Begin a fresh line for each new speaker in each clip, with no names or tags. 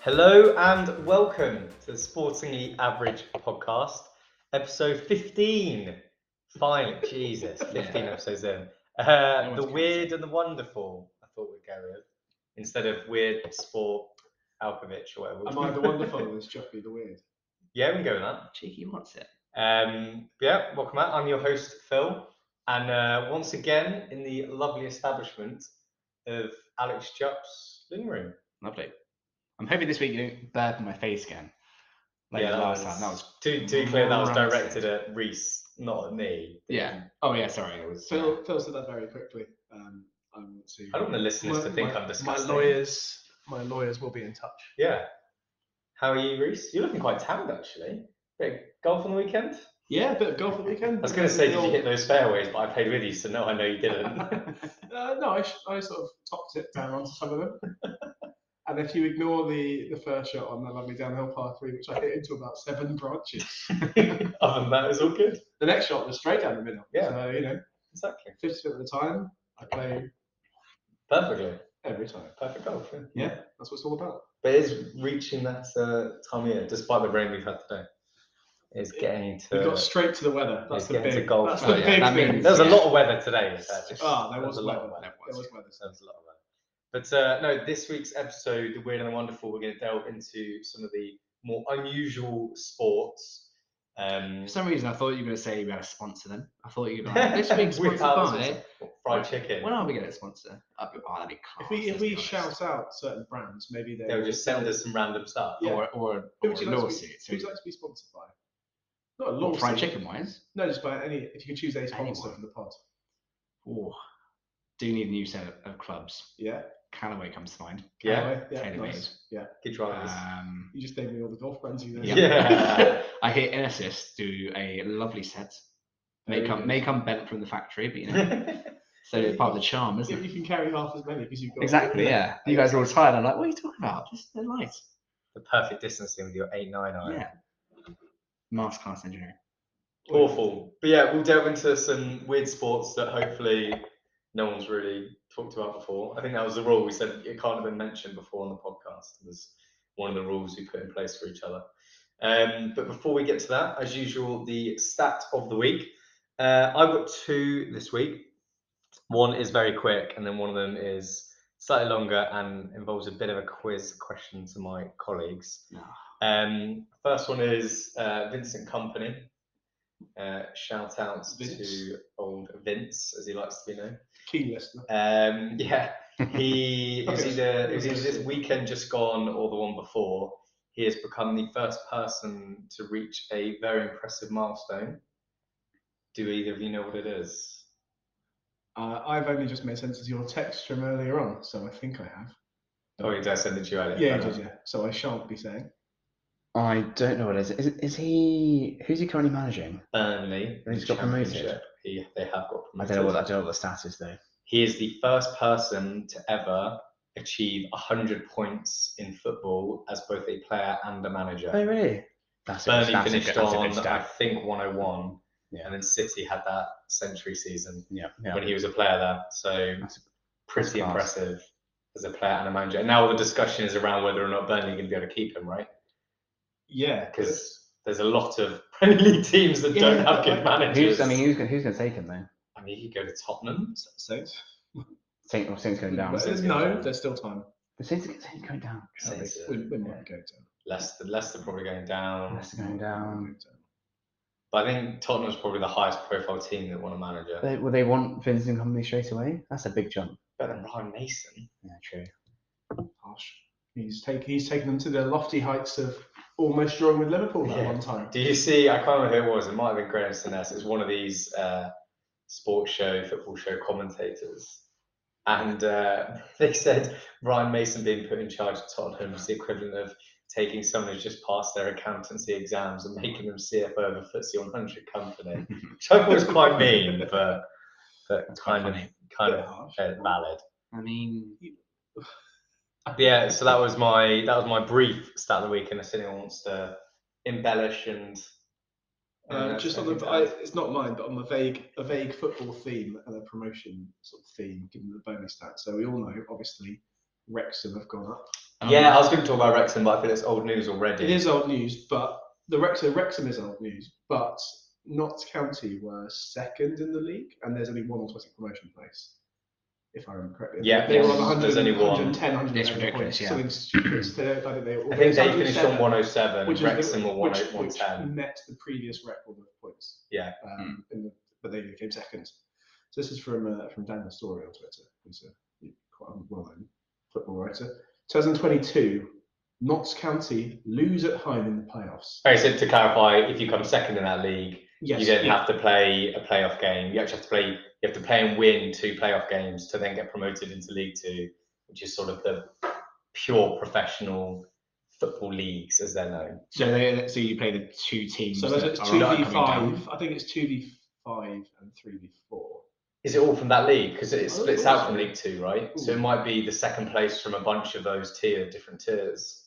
Hello and welcome to the Sportingly Average podcast, episode 15. Finally, Jesus, 15
Yeah.
episodes in. Uh,
one's
the
counting.
weird and the wonderful, I thought we'd go with, instead of weird sport, Alkovich or whatever.
Am I the wonderful and is Jeffrey the weird?
yeah, we can go with that.
Cheeky wants it.
Um, yeah, welcome out. I'm your host, Phil. And uh, once again, in the lovely establishment of Alex Jupp's living room.
Lovely. I'm hoping this week you don't burn my face again. Like
that
last time. That was.
to, to be clear, that was
rancid.
directed at Reese, not at me.
Yeah. Oh, yeah, sorry. It was.
Phil, Phil said that very quickly. Um, I want to.
I don't want the listeners to think I'm disgusting.
My lawyers, my lawyers will be in touch.
Yeah. How are you, Reese? You're looking quite tanned, actually. Bit of golf on the weekend? I
Yeah, a bit of golf at the weekend.
was going to say, did you hit those fairways? But I played with you, so no, I know you didn't.
Uh, no, I, sh- I sort of topped it down onto some of them. and if you ignore the the first shot on the lovely downhill par three, which I hit into about seven branches,
Other than that, it was all good.
the next shot was straight down the middle.
Yeah.
So you know,
Exactly.
fifty percent of the time, I play
Perfectly.
every time.
Perfect golf. yeah.
Yeah. That's what it's all about.
But it is reaching that uh, time of year, despite the rain we've had today. It's getting
We
to.
got straight to the weather. That's
Let's
the
get into
big.
golf.
That's
Oh,
the
yeah,
big
that
thing.
means-
There was a
Yeah.
lot of weather today. in fact. It's-
Ah, there
there
was
a lot of
weather.
weather.
There was weather.
There was a lot of weather. But uh, no, this week's episode, The Weird and the Wonderful, we're going to delve into some of the more unusual sports. Um,
For some reason, I thought you were going to say you were going to sponsor them. I thought you were going to. This week's
we
sponsored
have
by.
some fried chicken.
eh? When are we going to sponsor? Oh, that'd be class.
If we if
let's
we
be honest.
shout out certain brands, maybe they
They'll just send us some random stuff.
Yeah.
Or, or,
Who
or
would you like to be-
lawsuits.
Who'd you like to be sponsored by? Not a
or
lawsuit.
fried chicken wise.
No, just by any. If you could choose a sponsor
Anyone.
for the pod,
Oh, do need a new set of, of clubs.
yeah.
Callaway comes to mind.
Yeah,
Anyway, yeah.
Tailor-made.
nice. Yeah.
good drivers.
Um,
You just gave me all the golf brands you know.
Yeah.
I hear Inesis do a lovely set. May
Very
come,
good.
may come bent from the factory, but you know, so it's part of the charm,
You
isn't it?
you can carry half as many because you've got
Exactly, yeah. You guys are all tired. I'm like, what are you talking about? Just they're light.
the perfect distancing with your 899.
Yeah. Masterclass class engineering.
Awful. But yeah, we'll delve into some weird sports that hopefully no one's really talked about before. I think that was the rule we said it can't have been mentioned before on the podcast. It was one of the rules we put in place for each other. Um, but before we get to that, as usual, the stat of the week. Uh, I've got two this week. One is very quick, and then one of them is slightly longer and involves a bit of a quiz question to my colleagues. Um, first one is uh, Vincent Company. Uh, shout out
Vince.
to old Vince, as he likes to be known.
Keen listener.
Um, yeah, he it was
Okay.
either it was either this weekend just gone or the one before. He has become the first person to reach a very impressive milestone. Do either of you know what it is?
Uh, I've only just made sense of your text from earlier on, so I think I have.
Oh, did I send it to you earlier?
Yeah, you
Fair
did, yeah. So I shan't be saying.
I don't know what it is. Is, is he who's he currently managing?
Burnley.
He's got promoted.
Championship. He, they have got promoted.
I don't know what the stat is though.
He is the first person to ever achieve 100 points in football as both a player and a manager.
Oh, really? That's
Burnley finished on, I think, 101,
Yeah.
and then City had that century season
Yeah,
when he was a player there. So
That's-
pretty
class.
impressive as a player and a manager. And now the discussion is around whether or not Burnley are going to be able to keep him, right?
Yeah.
Because there's a lot of Premier League teams that don't
Yeah,
have good
I-
managers.
Who's, I mean, who's gonna, who's going to take him though?
I mean, he could go to Tottenham.
Saints.
Saint, or Saints going down.
But there's- no, there's still time.
But Saints, Saints going down.
Saints, uh,
We, we might go down.
Leicester, Leicester probably going down.
Leicester going down.
But I think Tottenham's probably the highest profile team that want a manager.
They, well, they want Vincent Company straight away. That's a big jump.
Better than Ryan Mason.
Yeah, true.
Harsh. He's take, he's taken them to the lofty heights of almost drawing with Liverpool at
Yeah.
one time.
Do you see? I can't remember who it was. It might have been Graham Sinnes. It's one of these uh, sports show, football show commentators. And uh, they said Ryan Mason being put in charge of Tottenham is the equivalent of taking someone who's just passed their accountancy exams and making them CFO of a FTSE 100 company, which I thought was quite mean, but, but
That's quite
kind of
funny.
kind
Bit
of
harsh.
uh, valid.
I mean,
yeah, so that was my that was my brief stat of the week, and if anyone wants to embellish and
Uh,
and,
just
uh,
on the, I, it's not mine, but on the vague, a vague football theme and a promotion sort of theme, given the bonus stat. So we all know, obviously, Wrexham have gone up.
Um,
yeah, I was going to talk about Wrexham, but I feel it's old news already.
It is old news, but the Wrexham, Wrexham is old news, but Notts County were second in the league, and there's only one automatic promotion place, if I remember correctly.
Yeah,
they were
yes,
on 100,
there's only one.
110, 111
It's ridiculous,
points,
yeah.
something stupid. so they, I think they, were-
I think they
Southampton
finished
seven,
on 107,
which is the-
Wrexham were
which-
108,
which
110.
met the previous record of points.
Yeah.
Um,
Hmm.
in the, but they came second. So this is from uh, from Daniel Story on Twitter, who's a quite a well-known football writer. 2022, Notts County lose at home in the playoffs.
Okay, so to clarify, if you come second in that league,
Yes,
you don't
yeah.
have to play a playoff game. You actually have to play. You have to play and win two playoff games to then get promoted into League Two, which is sort of the pure professional football leagues as they're known.
So they, so you play the two teams.
So there's
that
it's
are
two
up
v
and coming down.
five. I think it's two v five and three v four.
Is it all from that league? Because it
Oh,
splits out from
awesome.
League Two, right? So it might be the second place from a bunch of those tier different tiers.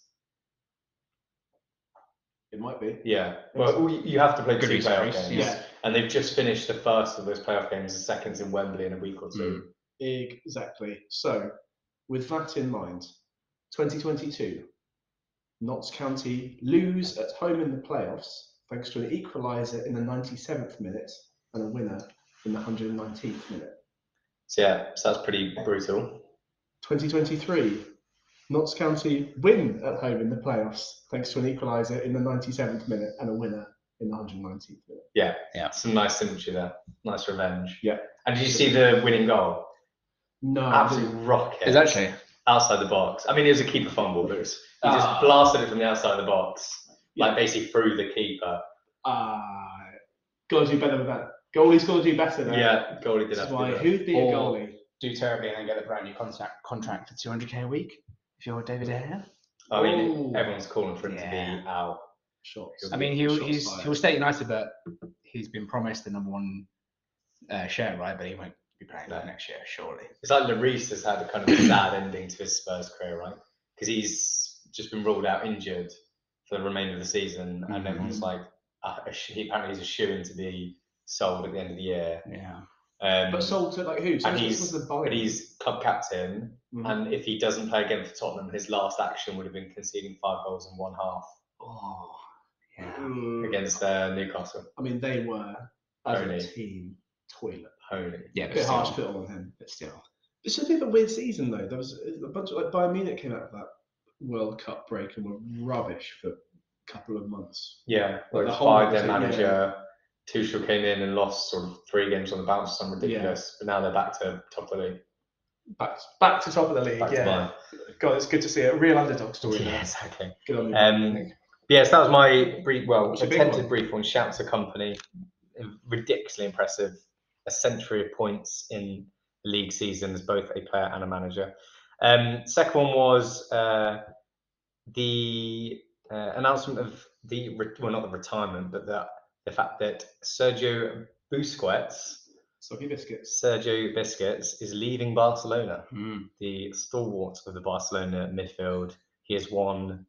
It might be.
Yeah. Well, you you have to play
Good
two playoff
research,
games,
yeah.
and they've just finished the first of those playoff games. The second's in Wembley in a week or
Mm.
two.
Exactly. So, with that in mind, 2022, Notts County lose at home in the playoffs thanks to an equaliser in the 97th minute and a winner in the 119th minute.
So yeah, so that's pretty brutal.
2023, Notts County win at home in the playoffs thanks to an equaliser in the 97th minute and a winner in the 119th minute.
Some nice symmetry there. Nice revenge.
Yeah. Oh,
And did you see the winning goal?
No,
Absolute rocket.
It's actually
outside the box. I mean, it was a keeper fumble, but it was, he
Ah.
just blasted it from the outside of the box, like basically through the keeper.
Ah, got to do better than that. Goalie's got to do better than that.
Yeah, goalie did
This is
have to
why
do that.
who'd be a
Or-
goalie?
Do terribly and then get the brand new contract contract for 200k a week if you're David Aya.
I mean,
Ooh.
everyone's calling for him to
Yeah.
be out.
Shots.
I mean, he'll
Shots
he's,
fired.
he'll stay at United, but he's been promised the number one uh, share, right? But he won't be playing that
No.
next year, surely.
It's like Lloris has had a kind of a sad ending to his Spurs career, right? Because he's just been ruled out injured for the remainder of the season, and
Mhm.
everyone's like, uh, a sh- he apparently he's a shoe in to be sold at the end of the year.
Yeah.
Um,
But sold to like who? So
and
this
he's-
was the buy.
but he's club captain,
Mhm.
and if he doesn't play again for Tottenham, his last action would have been conceding five goals in one half
Oh, yeah.
Mm.
against uh, Newcastle.
I mean, they were as
Only.
a team toilet.
Holy.
Yeah,
A
but
bit hard to
still,
put on him.
but still.
It's a bit of a weird season though. There was a bunch of like Bayern Munich came out of that World Cup break and were rubbish for a couple of months.
Yeah, like
the
the
whole
fired their
thing, yeah.
manager. Tuchel came in and lost sort of three games on the bounce, some ridiculous. But now they're back to top of the league.
Back back to top of the league.
Back to mine.
God, it's good to see a real underdog story.
Yeah, exactly.
Good on you.
Um, yes, that was my brief, well,
It's a big
attempted
one.
brief on Shouts of Company. Ridiculously impressive. A century of points in league seasons, both a player and a manager. Um, second one was uh, the uh, announcement of the, re- well, not the retirement, but the, the fact that Sergio Busquets,
Soggy biscuits.
Sergio Busquets, is leaving Barcelona
Hmm.
the stalwart of the Barcelona midfield. He has won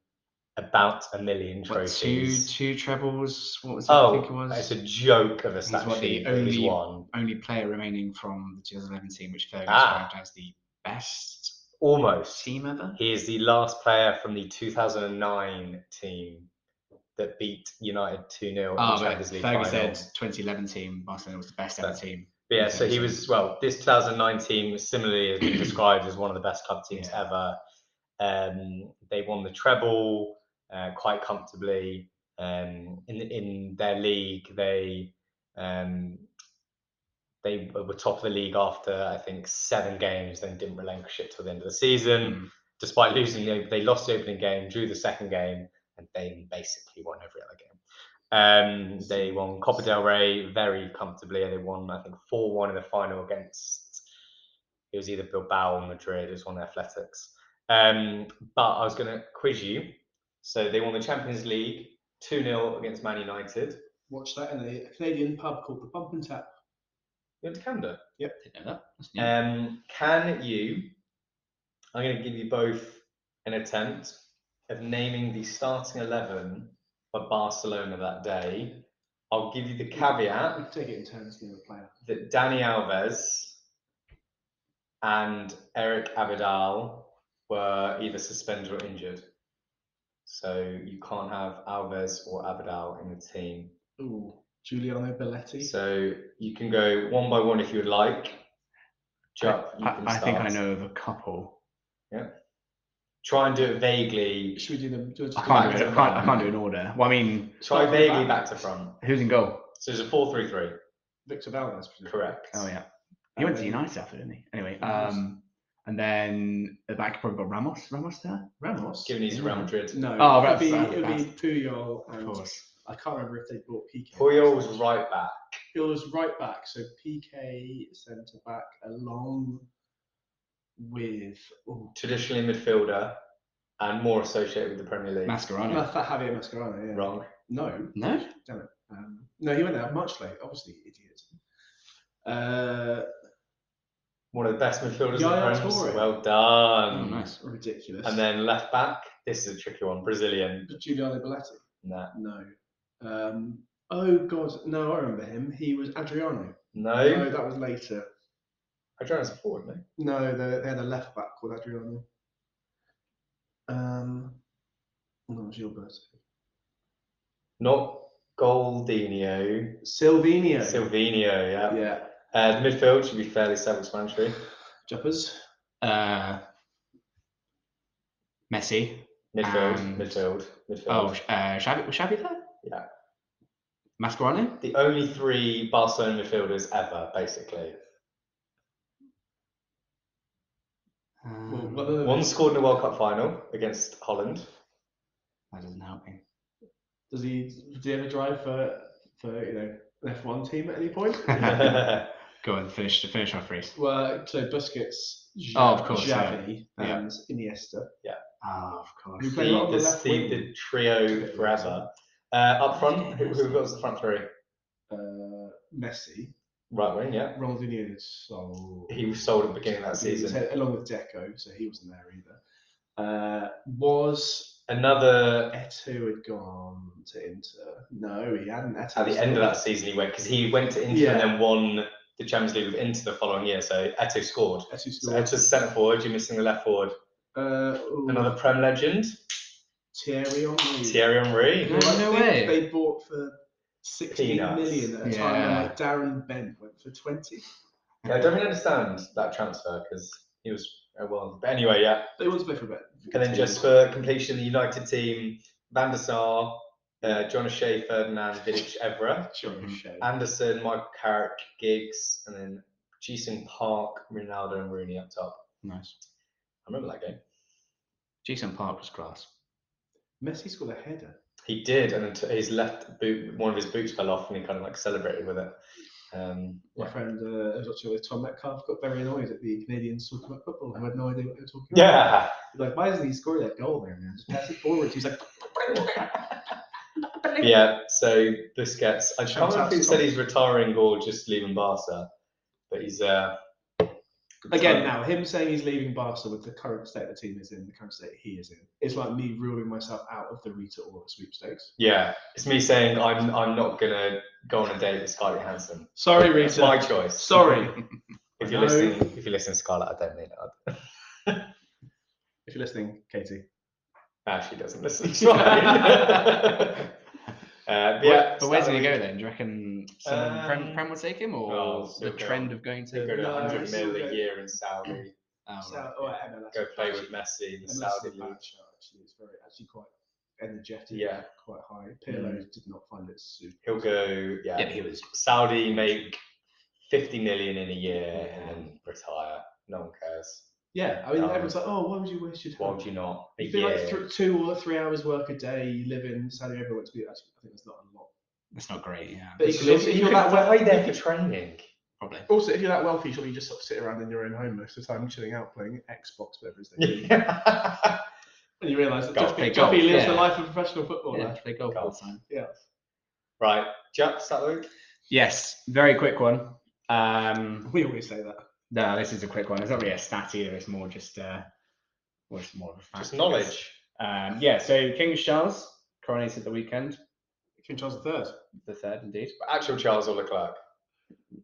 about a million
What, two
trophies.
two trebles? What was it? I think it
oh,
was
it's a joke of a
He's what,
stat
the
sheet that he's
only-
won.
only player remaining from the 2011 team, which Fergie
Ah.
described as the best
Almost.
team ever.
He is the last player from the 2009 team that beat United 2 0 in
Ah,
the
but
Champions League
Fergie said
final.
2011 team Barcelona was the best ever
But-
team.
But yeah, so
Okay,
he
so-
was well. This 2009 team similarly has been described as one of the best club teams
Yeah.
ever. Um, they won the treble uh, quite comfortably. Um, in in their league, they um, they were top of the league after I think seven games. Then didn't relinquish it till the end of the season,
Mm.
despite losing. The, they lost the opening game, drew the second game, and then basically won every other game. Um, they won Copa del Rey very comfortably. They won, I think, 4 1 in the final against, it was either Bilbao or Madrid, it was one of the athletics. Um, but I was going to quiz you. So they won the Champions League 2 0 against Man United.
Watched that in a Canadian pub called the Pump and Tap.
You went to Canada.
Didn't know that. That's new.
Um, can you, I'm going to give you both an attempt of naming the starting 11 for Barcelona that day. I'll give you the caveat.
We could take it in turns. The other player.
that Danny Alves and Eric Abidal were either suspended or injured. So you can't have Alves or Abadal in the team.
Ooh, Giuliano Belletti.
So you can go one by one if you would like. Jack, you can
I, I think I
start.
know of a couple.
Try and do it vaguely.
Should we do them? Do, do
I
Back
can't do
to
it. I can't,
front.
I can't do an order. Well, I mean,
Try
Start from the
vaguely
back.
back to front.
who's in goal?
So it's a four-three-three.
Victor Valdes.
Correct.
Oh yeah, he went to United after, didn't he? Anyway, um, and then the back probably got Ramos. Ramos there.
Ramos.
Given he's Real Madrid.
No.
Oh,
it'd
that's-
be,
that's-
it'd
that's-
be Puyol
Of
and
course.
I can't remember if they brought PK.
Puyol was right back.
Puyol was right back. So PK centre back along with oh, ooh,
Traditionally midfielder and more associated with the Premier League.
Mascherano.
Ma- Javier Mascherano. Yeah.
Wrong.
No.
No.
Um, no, he went out much late. Obviously, idiot. Uh,
One of the best midfielders
Yaya
in the Premier
Toure.
League. Well
Oh,
done.
nice.
ridiculous.
And then left back. This is a tricky one. Brazilian.
Giuliano Belletti.
Nah.
No. Um, oh God, no, I remember him. He was Adriano.
No.
No, that was later.
I tried to forward, mate.
No, they, they had a left back called Adriano. Um, no, it was Gilberto.
Not Goldinho.
Silvino.
Silvino, yeah.
yeah.
Uh, the midfield should be fairly self-explanatory.
Juppers.
Uh, Messi.
Midfield,
And-
midfield, midfield.
Oh, Sh- uh, Xavi, was Xavi there?
Yeah.
Mascherano?
The only three Barcelona midfielders ever, basically.
Well,
Um,
whether
One scored in the World Cup final against Holland.
that doesn't help me.
does he did he ever drive for for you know an F one team at any point?
That's
Go on, finish, finish our phrase.
well, so Busquets.
Oh, of course, yeah.
Xavi
Yeah.
and Iniesta.
Oh, of course.
Who
the,
played on the
the,
left
the,
wing?
the trio forever. Uh, up front, who, who was the front three?
Uh, Messi.
Right wing, yeah.
Ronaldinho is so.
He was sold at the beginning of that
He was
season.
head- along with Deco, so he wasn't there either. Uh, was
Another
Eto had gone to Inter? No, he hadn't. Eto
at
was
the end of
there.
that season he went because he went to Inter
Yeah.
and then won the Champions League with Inter the following year. So Eto scored.
Eto
So
scored.
Eto's centre forward. You're missing the left forward.
Uh, ooh,
Another Prem legend,
Thierry Henry.
Thierry Henry.
Who I
No
think
way.
They bought for sixteen million
Peanuts.
at a time, and
Yeah.
like Darren Bent went for twenty.
Yeah, I don't really understand that transfer because he was oh, well. But anyway, yeah.
They want to play for a bit.
And then just for completion, the United team: Van der Sar, uh, John Shea, Ferdinand, Vidic, Evra,
John
Mhm.
Shea.
Anderson, Michael Carrick, Giggs, and then Jason Park, Ronaldo, and Rooney up top.
Nice.
I remember that game.
Jason Park was class.
Messi scored a header.
He did, and then t- his left boot, one of his boots fell off, and he kind of like celebrated with it. Um,
My friend, uh, I was watching with Tom Metcalf, got very annoyed at the Canadians talking about football. I had no idea what they were talking about.
yeah.
He's like, why isn't he scoring that goal there, man? Just pass it forward. He's like,
Yeah, so Busquets. I can't remember if he
Fantastic.
said he's retiring or just leaving Barca, but he's uh
again, now him saying he's leaving Barca with the current state the team is in, the current state he is in, it's like me ruling myself out of the Rita Ora sweepstakes.
yeah, it's me saying I'm I'm not gonna go on a date with Scarlett Johansson.
Sorry,
It's my
Rita.
choice.
Sorry.
if you're
No.
listening, if you're listening, Scarlett, I don't mean it.
if you're listening, Katie.
Ah, she doesn't listen. It's fine. uh, but yeah,
but where's he going to
Stanley-
go then? Do you reckon someone Prem,
Um,
Prem would take him or
well,
the
still go.
trend of going
He'll
to
go to
No,
100 mil
he'll
a
go-
year in salary.
Oh,
So-
right.
oh, MLS.
Go play with Messi in the
MLS is a
Saudi
bad
league.
shout, Actually, it's very actually quite energetic.
Yeah. Mm.
quite high. Pirlo did not find it super.
He'll go. Yeah,
Yeah, but he was.
Saudi make 50 million in a year and then retire. No one cares.
Yeah, I mean,
Um,
everyone's like, oh, why would you waste your time?
Why would you not? A
It'd be like
year.
thr two or three hours work a day. You live in Saudi Arabia, which be actually, I think that's not a lot.
That's not great, yeah.
But
You could-
if
you
you're
could
that well,
die there for training.
Probably.
also if you're that wealthy, surely you just sort of sit around in your own home most of the time, chilling out, playing Xbox, whatever it is. they do.
Yeah.
and you realise that
Golf,
Duffy,
play
Duffy
golf,
lives the
yeah.
life of a professional footballer.
Yeah, they go full
Golf.
time.
right, Jack, Saturday.
Yes, very quick one. Um,
We always say that.
no, this is a quick one. It's not really a stat either. It's more just, uh, well, it's more of a fact,
Just
I guess.
knowledge.
Um, yeah, so King Charles coronated at the weekend,
King Charles III.
the third indeed.
Actual Charles or Leclerc?
Oh,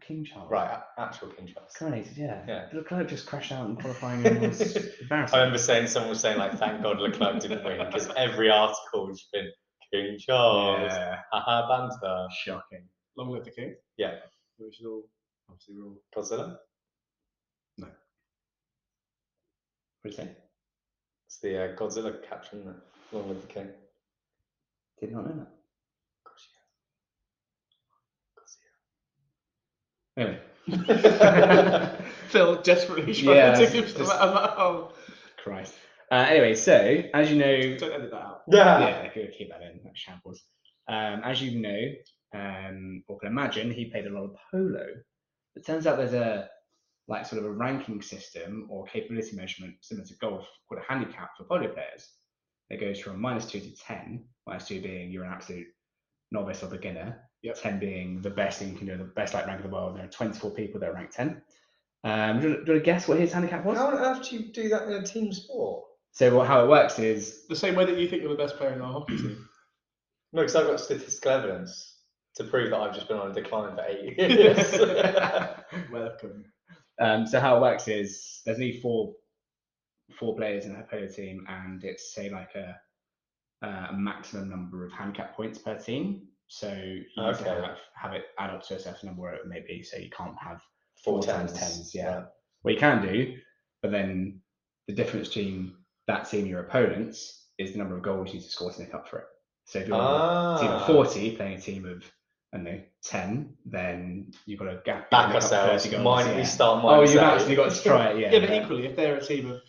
King Charles.
Right, a- actual King Charles.
Coronated, yeah.
Yeah.
Leclerc just crashed out in qualifying and was
I
embarrassing.
remember saying someone was saying like, "Thank God Leclerc didn't win," because every article has been King Charles,
yeah.
haha banter.
Shocking.
Long live the king.
Yeah,
Which is all obviously we're all
Godzilla.
What did you say?
It's the uh, Godzilla caption that Long Live the King.
Did not know that.
Anyway,
Phil desperately trying
Yeah,
to give some
just-
out of that hole.
Christ. Uh, anyway, so as you know,
Don't edit that out.
Yeah.
yeah, good, keep that in. That shambles. Um, as you know, um, or can imagine, he played a lot of polo. It turns out there's a like sort of a ranking system or capability measurement similar to golf called a handicap for polo players. It goes from minus two to ten, minus two being you're an absolute novice or beginner,
Yep.
ten being the best thing you can do, the best like rank in the world. There are 24 people that are ranked 10. Um, do you want to guess what his handicap was?
How on earth do you do that in a team sport?
So what, how it works is
The same way that you think you're the best player in our hockey team.
No, because I've got statistical evidence to prove that I've just been on a decline for eight years.
Welcome.
Um, so how it works is there's only four four players in a polo team, and it's say like a uh, a maximum number of handicap points per team. So you need
Okay.
to have, have it add up to a certain number where it may be. So you can't have
Four
Four times
tens.
tens, yeah.
Right.
well you can do, but then the difference between that team and your opponents is the number of goals you need to score to make up for it. So if you're a team
Ah.
of forty playing a team of I don't know ten, then you've got a gap.
Back
make up 30
ourselves.
goals,
Mine,
yeah.
We start mine.
Oh, you've actually got to try it, yeah.
Yeah, but equally, if they're a team of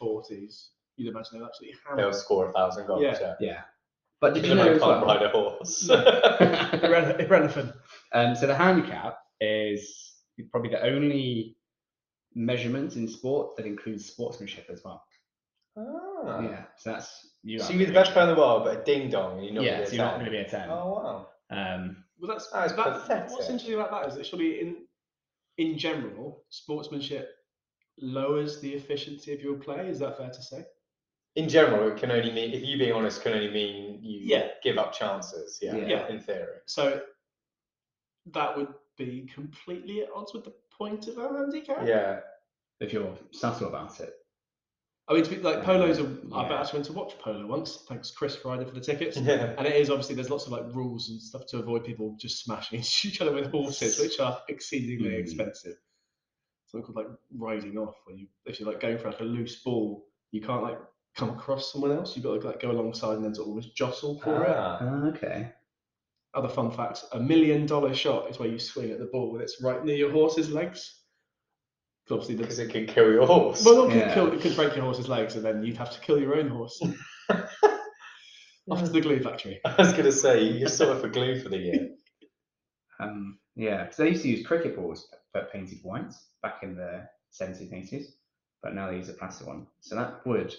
40s, you'd imagine they'll absolutely hammer
They'll score a thousand goals.
Yeah.
Yeah.
Yeah. But did you
Even though
know
I
as
can't
well-
ride a horse.
Irrele- irrelevant.
um, so the handicap is probably the only measurement in sport that includes sportsmanship as well.
Ah.
Yeah. So that's you.
So
aren't
you be the
gonna
best player in the world, but a ding dong, and you're
be-
not
Yeah.
really
So you're not
a
going to be a
ten.
ten.
Oh wow.
Um,
Well, that's,
That is
that, what's
pathetic.
interesting about that is that surely in in general, sportsmanship lowers the efficiency of your play. Is that fair to say?
In general, it can only mean if you being honest can only mean you
Yeah.
give up chances. Yeah,
Yeah.
Yeah.
In theory.
So that would be completely at odds with the point of our handicap.
Yeah.
if you're subtle about it.
I mean, to be, like
Um,
polo's. A, I
yeah.
bet I went to watch polo once. Thanks, Chris Ryder, for the tickets.
Yeah.
And it is obviously there's lots of like rules and stuff to avoid people just smashing into each other with horses, which are exceedingly
Mm.
expensive. Something called like riding off, where you if you're like going for like a loose ball, you can't like come across someone else. You've got to like go alongside and then sort of almost jostle for it.
Ah.
Oh, okay.
Other fun facts: a million dollar shot is where you swing at the ball when it's right near your horse's legs. 'Cause Obviously, the
Because it can kill your horse.
well, not could
Yeah.
kill, it could break your horse's legs, and then you'd have to kill your own horse. Off to the glue factory.
I was gonna say you saw it for glue for the year.
Um, yeah. Because they used to use cricket balls but painted white back in the 70s and 80s, but now they use a plastic one. So that would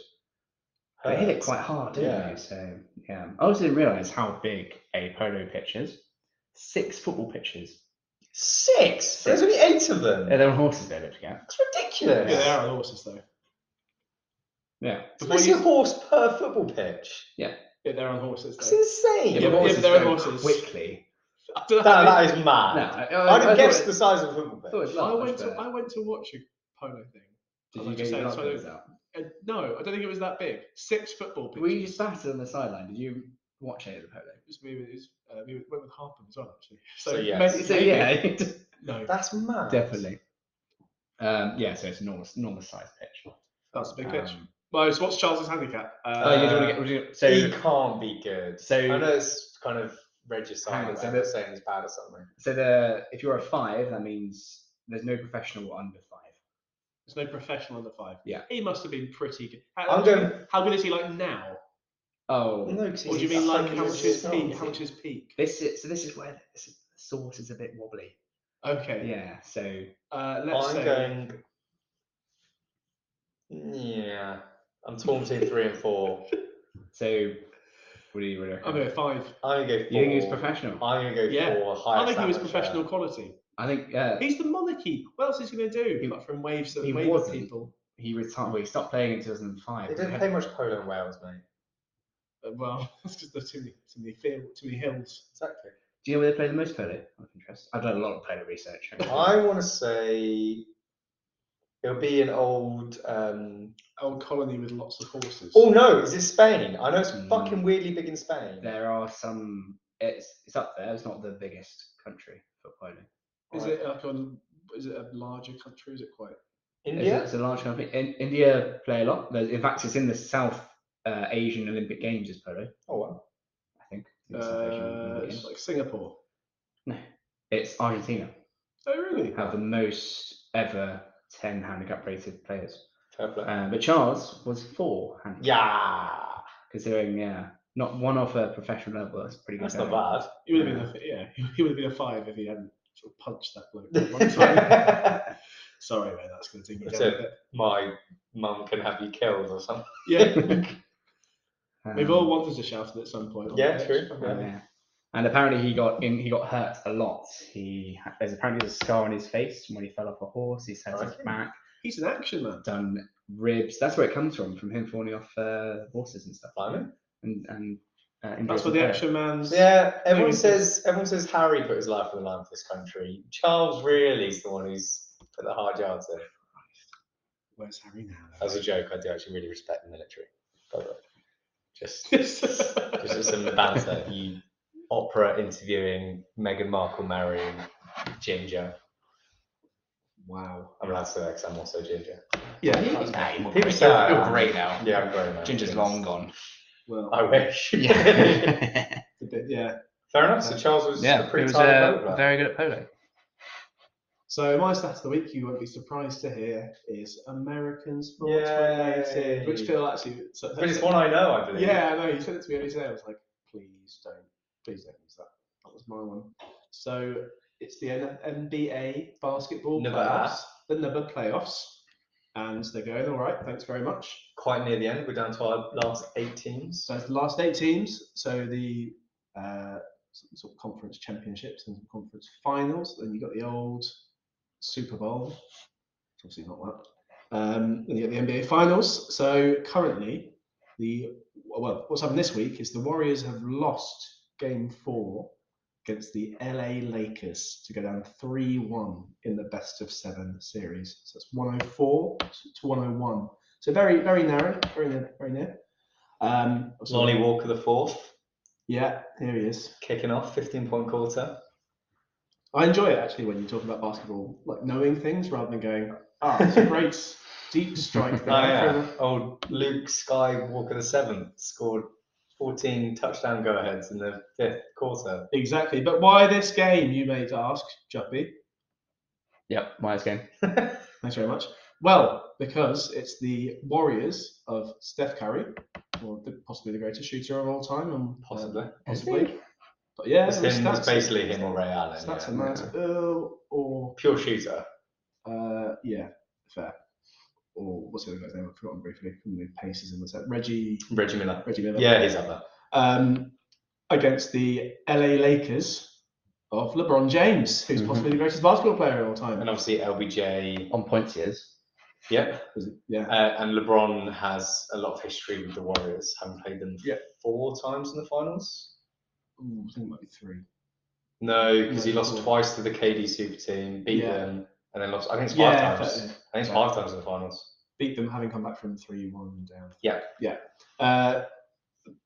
They hit it
Hurts.
quite hard, didn't
Yeah.
they? So yeah, I also didn't realise how big a polo pitch is. Six football pitches.
Six. There's only eight of them.
Yeah, there are horses there, don't forget.
It's
Yeah,
ridiculous.
they are on horses though.
Yeah.
So
Before
they see
you-
a horse per football pitch.
Yeah, they're on horses.
It's
Though.
insane.
Yeah, but
horses
they're
go
horses.
Quickly.
I don't know how
That,
they-
that is
No,
mad.
I,
I didn't
thought
guess
it-
the size of a football
I thought it
pitch.
was
I
large,
went to
but-
I went to watch a polo thing.
Did
like
you
I
go
said,
your
so
arms
they-
out?
Uh, no, I don't think it was that big. Six football pitches.
Were you sat on the sideline? Did you watch any of the polo?
It was me with, it was, uh, we went with Harpen as well actually.
So
So,
yes.
maybe-
So
maybe-
yeah, d-
No,
That's mad.
definitely. Um, yeah, so it's enormous, enormous size pitch.
that's a big pitch.
Um,
Well, so what's Charles's handicap? Uh,
oh, you don't wanna get- so
he can't be good.
So-
E- I know it's kind of regicide.
Hang on,
or
so
whatever,
the-
saying he's bad or something.
so the if you're a five, that means there's no professional under five.
There's no professional under five.
Yeah.
He must have been pretty good. How,
I'm going.
how good is he like now?
Oh,
No, because
Or do you mean like how much is peak? How much is peak?
This is so. This is where this is, the source is a bit wobbly.
Okay.
Yeah. So
Uh, let's
I'm
say
going. Yeah, I'm torn between three and four.
so what do you really reckon?
I'm going five.
I'm gonna go four.
You think he was professional?
I'm gonna go
Yeah.
four.
I
Highest
think he was
amateur.
professional quality.
I think uh,
He's the monarchy. What else is he going to do?
He-
He, from waves
he
and wave at
wasn't.
people.
he retired. Well, he stopped playing in
They
2005.
didn't play much polo in Wales, mate.
Uh, well, that's because there's too many, too many field, too many hills.
Exactly.
Do you know where they play the most polo? Of interest. I've done a lot of polo research.
I want to say it'll be an old. Um,
Old colony with lots of horses.
oh no, is it Spain? I know it's
Hmm.
Mm.
fucking weirdly big in Spain.
there are some. It's it's up there. It's not the biggest country for polo.
Is it uh, like on? Is it a larger country? Is it quite?
It's a-
India?
It's a large country. In, India play a lot. There's, in fact, it's in the South uh, Asian Olympic Games is polo.
Oh wow.
I think. It's South Asian
Uh,
Olympic
it's
Games.
like Singapore.
It's Argentina
Oh really?
have the most ever ten handicap rated players.
Fair play.
Uh, but Charles was four handicap.
yeah,
Considering, yeah, not one off a professional level. That's pretty good.
that's not
going.
bad.
He would have been a yeah. He would have been a five if he hadn't sort of punched that bloke at one time.
My
Sorry, mate. That's going to take me
That's
down a
it.
bit.
mum can have you killed or something.
Yeah, we've all
Um,
wanted to shout it at some point. on
Yeah,
the
true.
pitch.
Yeah.
Yeah. And apparently he got in. He got hurt a lot. He there's apparently there's a scar on his face from when he fell off a horse. He's had his
Okay.
back
He's an action man.
done, ribs. That's where it comes from, from him falling off uh, horses and stuff.
Blimey.
And and uh,
That's
injuries
what the
there.
action man's.
Yeah, everyone
Maybe.
says everyone says Harry put his life on the line for this country. Charles really is the one who's put the hard yards in.
Where's Harry now?
As a joke, I do actually really respect the military. by the way. Just just
Just
as some banter, you opera interviewing Meghan Markle marrying Ginger.
wow.
I'm allowed to say that 'cause I'm also Ginger.
Yeah.
Nah,
that's-
you're not
People
great.
say I
You're
am.
great now.
Yeah, I'm growing up.
Ginger's
Yes.
long gone.
Well,
I wish.
yeah,
a bit, yeah.
Fair enough. So Charles was a
he
pretty
was
tired
uh,
voter.
very good at polo.
So my stat of the week, you won't be surprised to hear, is American sports
Yay.
related, which Phil actually. So,
But it's one I know, I believe.
Yeah, I know. You said it to me earlier today. I was like, please don't, please don't use that. That was my one. So it's the N- NBA basketball
Never
playoffs, the NBBA playoffs, and they're going all right. Thanks very much.
Quite near the end. We're down to our last eight teams.
So it's the last eight teams. So the uh, s- sort of conference championships and conference finals. Then you got the old Super Bowl. It's obviously not that. Um, then you got the NBA finals. So currently, the well, what's happened this week is the Warriors have lost Game Four against the LA Lakers to go down three-one in the best of seven series. So it's 104 to 101. So very, very narrow, very, near- very near. Um, obviously-
Lonnie Walker, the fourth,
yeah, here he is.
kicking off, 15 point quarter.
I enjoy it actually when you talk about basketball, like knowing things rather than going, ah, it's a great deep strike there.
Oh, yeah. Old Luke Skywalker, the seventh, scored 14 touchdown go aheads in the fifth quarter.
Exactly. But why this game, you may ask, Juppy?
Yep, Myers game.
Thanks very much. Well, because it's the Warriors of Steph Curry, or the, possibly the greatest shooter of all time, and uh,
Possibly.
possibly. But yeah,
It's,
the
him,
stats,
it's basically him or Ray Allen.
Stats
yeah.
and that, uh, or
Pure shooter.
Uh, yeah, fair. Or what's the other guy's name? I've forgotten briefly. From the Pacers and what's that? Reggie.
Reggie Miller.
Reggie Miller.
Yeah, he's up there.
Um, against the LA Lakers of LeBron James, who's
Mhm.
possibly the greatest basketball player of all
Mm-hmm. And
time.
obviously LBJ.
On points he is.
Yep.
Is it? Yeah.
Uh, and LeBron has a lot of history with the Warriors, having played them
Yeah.
four times in the finals.
Ooh, I think it might be three.
No, because he lost
No.
twice to the KD Super Team, beat
Yeah.
them, and then lost. I think it's five
Yeah,
times.
fair, yeah.
I think it's five times in the finals.
Beat them having come back from three-one down.
Yeah.
Yeah. Uh,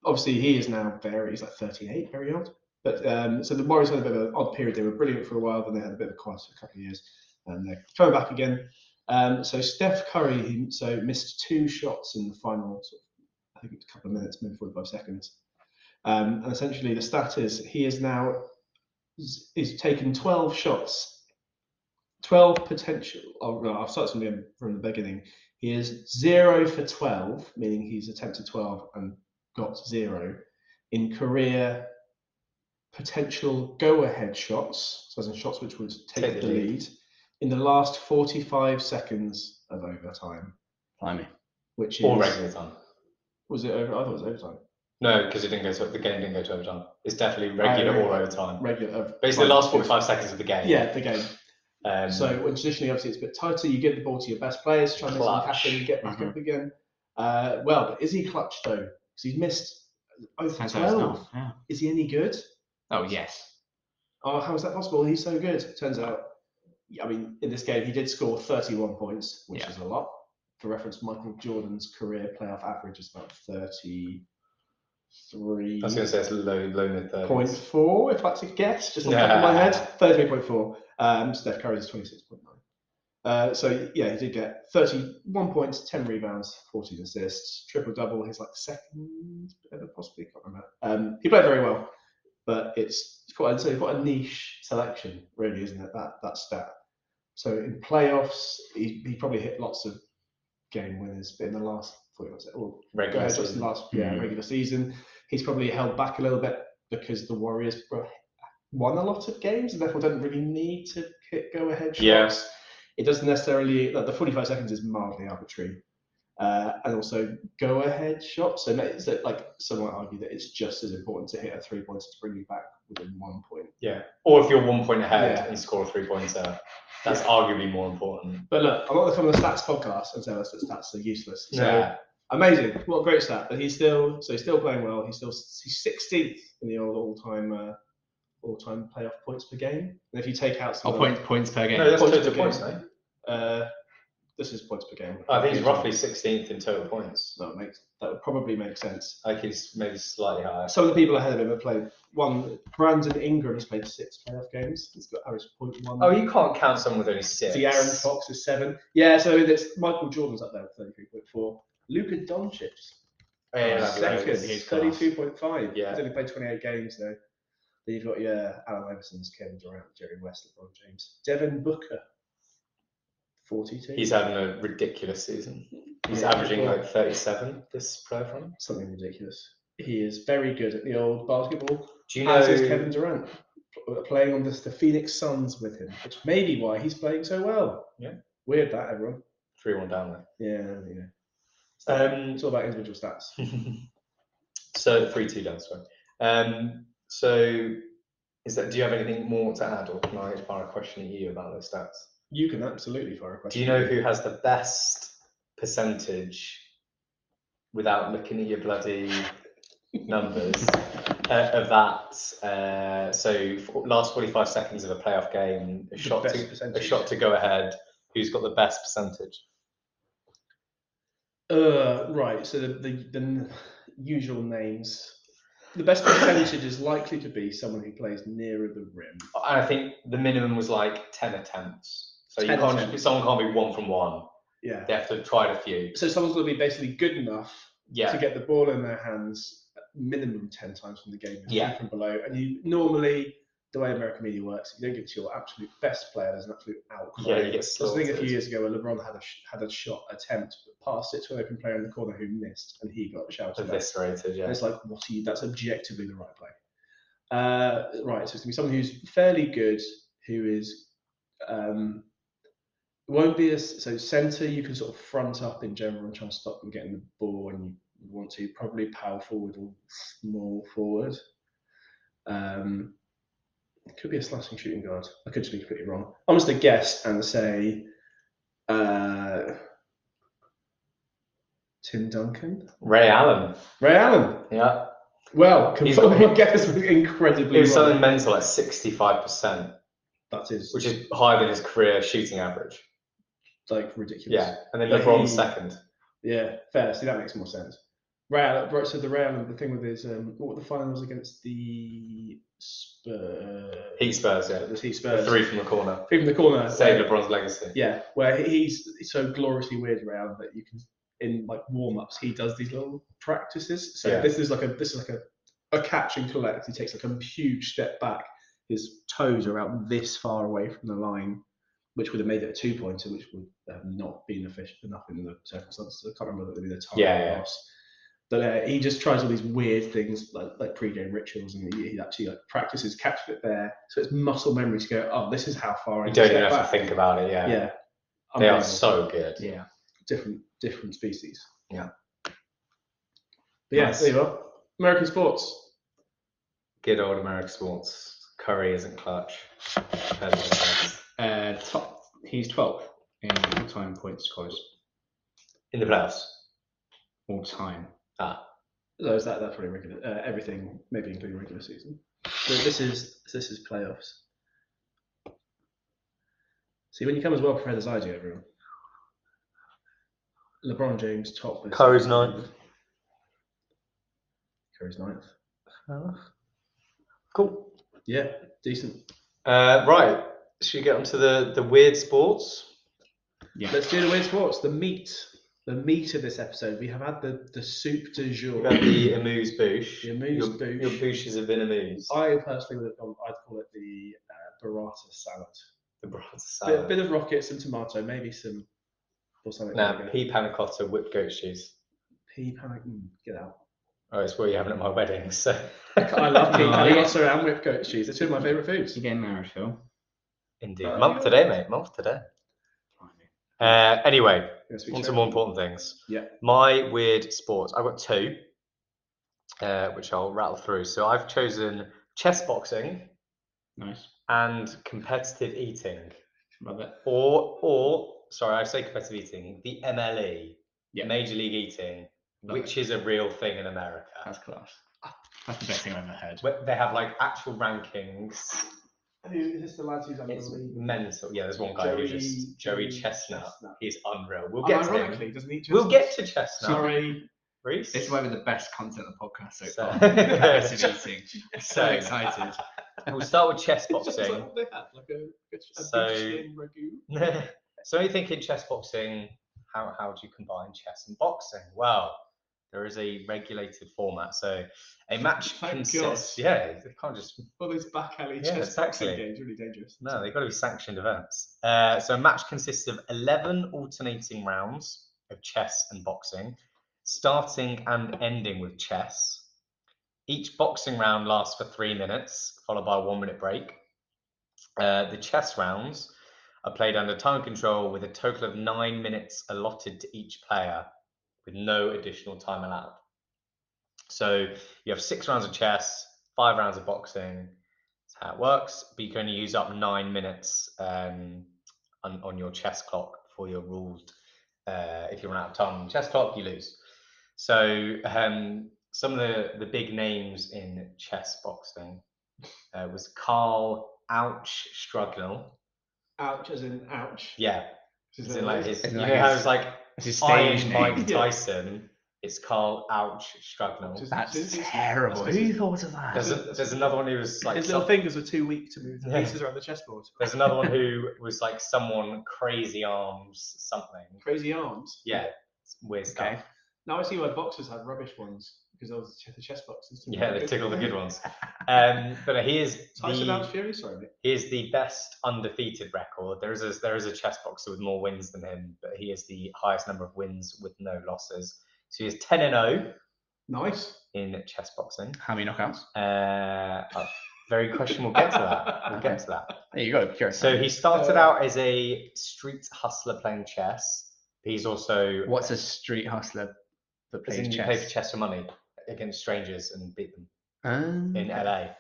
obviously, he is now very. He's like thirty-eight, very old. But um, so the Warriors had a bit of an odd period. They were brilliant for a while, then they had a bit of a quiet for a couple of years, and they're coming back again. Um, so Steph Curry, he- so missed two shots in the final, sort of, I think it was a couple of minutes, maybe forty-five seconds. Um, and essentially, the stat is he is now is, is taken twelve shots, twelve potential. Oh, no, I'll start from the, from the beginning. He is zero for twelve, meaning he's attempted twelve and got zero in career potential go-ahead shots, so as in shots which would take, the, lead. in the last 45 seconds of overtime,
Blimey.
which is
Or regular time.
was it over? I thought it was overtime.
No, because it didn't go to the game didn't go to overtime. It's definitely regular
Oh,
or overtime.
Regular. Over,
Basically, the last forty-five seconds of the game.
Yeah, the game.
Um,
So when traditionally, obviously, it's a bit tighter. You give the ball to your best players, try and make something
Clutch. Mm-hmm.
happen, and get back up again. Uh, well, but is he clutch though? Because he's missed over
Sounds like it's not.
12.
Yeah.
Is he any good?
Oh yes.
oh, how is that possible? He's so good. Turns out, I mean, in this game, he did score 31 points, which
Yeah.
is a lot. For reference, Michael Jordan's career playoff average is about 33.
I was going to say it's low, low mid
Point
thirties.
four, if that's a guess, just off the top of my head, thirty-three point four. Um, Steph Curry's twenty-six point nine. Uh, so yeah, he did get thirty-one points, ten rebounds, fourteen assists, triple double. His like second ever, possibly can't remember. Um, he played very well, but it's it's quite so quite a niche selection, really, isn't it? That that stat. So in playoffs, he, he probably hit lots of game winners, but in the last, I thought it was all
Regular
yeah, just
season.
last yeah,
Mhm.
regular season. He's probably held back a little bit because the Warriors bro- won a lot of games and therefore don't really need to hit go ahead shots.
Yeah.
It doesn't necessarily, like the 45 seconds is mildly arbitrary. Uh, and also go ahead shots. So, ma- is that like someone argue that it's just as important to hit a three pointer to bring you back within one point?
Yeah. Or if you're one point ahead
Yeah.
and score three points out, that's arguably more important.
But look, I'm not going to come on the stats podcast and tell us that stats are useless. So,
Yeah.
amazing. What a great stat. But he's still so he's still playing well. He's still he's 16th in the old all-time uh, all-time playoff points per game. And if you take out some
Oh,
Or points
of
Oh, points per game.
No, that's
Points
total
per game.
points, mate.
the- uh, this is points per game.
I think he's roughly 16th in total points.
So that makes that would probably make sense.
Like he's maybe slightly higher.
Some of the people ahead of him have played one. Brandon Ingram's played six playoff games. He's got average point one.
Oh, you can't count someone with only six.
See, Aaron Fox is seven. Yeah, so it's Michael Jordan's up there with thirty-three point four. Luka Doncic
Oh, Yeah, yeah, that'd be right.
second,
Second, he's class.
thirty-two point five.
Yeah.
He's only played twenty-eight games though. Then you've got yeah, Alan Iverson's, Kevin Durant, Jerry West, LeBron James, Devin Booker, forty-two.
He's having a ridiculous season. He's
Yeah.
averaging like 37 this playoff run.
something ridiculous. He is very good at the old basketball.
Do you know?
As is Kevin Durant, p- playing on this, the Phoenix Suns with him, which may be why he's playing so well.
Yeah.
Weird that everyone.
3 1 down
Yeah, yeah.
there. Um,
It's all about individual stats.
so 3 2 down, sorry. Um, so is that, do you have anything more to add or can I fire a question at you about those stats?
You can absolutely fire a
Do
question.
you know who has the best percentage without looking at your bloody numbers uh, of that? Uh, so for last 45 seconds of a playoff game, a
The
shot
best
to a
percentage.
shot to go ahead. Who's got the best percentage?
Uh, right. So the, the the n- usual names. The best percentage is likely to be someone who plays nearer the rim.
And I think the minimum was like 10 attempts. So you
10
can't
attempts.
someone can't be one from one.
Yeah.
They have to have tried a few.
So someone's got to be basically good enough
Yeah.
to get the ball in their hands at minimum ten times from the game, and
Yeah.
from below. And you normally, the way American media works, if you don't get to your absolute best player. There's an absolute outcry.
Yeah, you get
I was thinking a few
slaughtered.
years ago where LeBron had a sh- had a shot attempt, but passed it to an open player in the corner who missed, and he got shouted at.
Eviscerated,
And
yeah.
it's like, what are you? That's objectively the right play. Uh, right, so it's gonna be someone who's fairly good, who is um, won't be as so centre. You can sort of front up in general and try and stop them getting the ball when you want to. Probably power forward or small forward. Um, it could be a slashing shooting guard. I could just be completely wrong. I'm just a guess and say uh, Tim Duncan,
Ray Allen.
Ray Allen.
Yeah.
Well,
He's
confirmed guess was incredibly
It was
wrong.
something mental at 65%.
that is
which is higher than his career shooting average.
like ridiculous.
Yeah, and then
But
LeBron's
he-
second.
yeah, fair. See, that makes more sense. Real, right, so the Real, the thing with his um, what were the finals against the Spurs?
Heat Spurs, yeah.
the Heat
The
Spurs.
three from the corner.
Three from the corner.
Save
where-
LeBron's legacy.
Yeah, where he- he's he's so gloriously weird, Real, that you can in like warm ups he does these little practices. So
Yeah.
this is like a this is like a a catch and collect. He takes like a huge step back. His toes are out this far away from the line. which would have made it a two pointer, which would have not been efficient enough in the circumstances. I can't remember whether it was the time
Yeah,
or
yeah.
loss. But uh, he just tries all these weird things like, like pre-game rituals, and he, he actually like practices catching it there. So it's muscle memory to go, oh, this is how far I
You
can
don't
step
even have
back."
to think about it, yeah.
Yeah,
They are
Unbelievable.
so good.
Yeah.
different different species.
Yeah.
But yeah,
Nice.
there you are. American sports.
Good old American sports. Curry isn't clutch. Depends on that.
Uh, top. He's 12th in all-time points scorers.
In the playoffs.
All time.
So is that that's probably regular uh, everything, maybe including regular season.
So this is this is playoffs. See, when you come as well prepared as I do, everyone. LeBron James top. with-
Curry's ninth.
Curry's ninth.
Cool.
Yeah, decent.
Uh, right. Should we get onto the the weird sports?
Let's do the weird sports. The meat, the meat of this episode. We have had the the soup du
You
jour.
got the amuse bouche.
The amuse
your,
bouche.
Your bouches have been amused.
I personally would have gone. I'd call it the uh, burrata salad.
The broth
Bit,
salad.
bit of rocket, some tomato, maybe some balsamic.
Nah,
vinegar.
pea panna cotta, whipped goat cheese.
pea panic. Mm, get out.
Oh, it's what you're having at my wedding. So
I love pea
Oh,
panic
yeah.
also and whipped goat cheese. They're two of my favourite foods.
You're getting married, Phil.
indeed,
Uh,
month today, mate. Month today. Uh, anyway,
Yes, we
on to
share.
more important things.
Yeah.
My weird sports. I've got two, uh, which I'll rattle through. So I've chosen chess boxing
Nice.
and competitive eating,
Love it.
or or sorry, I say competitive eating, the MLE,
Yeah.
Major League Eating,
Love
which is a real thing in America.
That's class. Ah, That's the best thing I've ever heard.
Where they have like actual rankings.
Who is this the lads who's
It's
unbelievable?
mental. Yeah, there's one guy who just Joey Chestnut. He's unreal. We'll get to him.
Ironically, doesn't he?
We'll get
Chestnut?
to Chestnut.
Sorry.
Reese.
This is why we're the best content of the podcast so
So-
far. Competitive eating. So
So-
excited.
We'll start with chess
It's just like
boxing.
what they had, like a, a, a
So-
big skin ragu.
so when you think in chess boxing, how, how do you combine chess and boxing? Well, there is a regulated format. So a match
Thank
consists.
God.
Yeah, they can't just.
All those back alley
Yeah,
chess boxing
exactly.
games, really dangerous.
No, they've got to be sanctioned events. Uh, so a match consists of 11 alternating rounds of chess and boxing, starting and ending with chess. Each boxing round lasts for three minutes, followed by a one minute break. Uh, the chess rounds are played under time control with a total of nine minutes allotted to each player, with no additional time allowed. So you have six rounds of chess, five rounds of boxing. That's how it works. But you can only use up nine minutes um, on, on your chess clock before you're ruled. Uh, if you run out of time on the chess clock, you lose. So um, some of the, the big names in chess boxing uh, was Carl Ouch Strugnell.
Ouch, as in ouch.
Yeah,
Which
as
is
in like his, you
Isn't
know
it like
how
his
it's like
That's his stage
Iron
name.
Mike
Yeah.
Tyson. It's Carl Ouch Strugnell.
Just-
That's
That's-
terrible.
that's-
Who thought of
There's,
that?
a, there's another one who was like
His little
some-
fingers were too weak to move the
Yeah.
pieces around the chessboard.
There's another one who was like someone crazy arms something.
Crazy arms.
Yeah, it's weird
Okay.
stuff.
Now I see why boxers had rubbish ones because those ch- the chess boxes. didn't
Yeah,
have
they took all the good ones.
ones.
Um, but he is
Tyson Adams
the
Fury, sorry, mate.
he is the best undefeated record. There is a there is a chess boxer with more wins than him, but he is the highest number of wins with no losses. So he is ten and zero
Nice.
in chess boxing.
How many knockouts?
Uh, a very question. We'll get to that. We'll get to that.
There you go. Curious.
So he started
Uh,
out as a street hustler playing chess. He's also
What's a street hustler that
As in
plays
you
chess?
play for chess for money against strangers and beat them
Um,
in LA.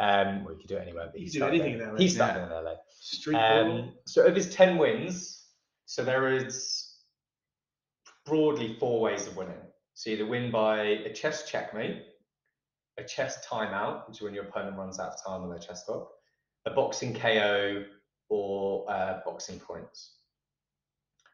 Um, well, you could do it anywhere. But
Mm-hmm. You
he
can do
started
anything
there.
in LA,
He started in
Street
LA.
ball.
Um, so of his ten wins, so there is broadly four ways of winning. So you either win by a chess checkmate, a chess timeout, which is when your opponent runs out of time on their chess clock, a boxing KO, or uh, boxing points.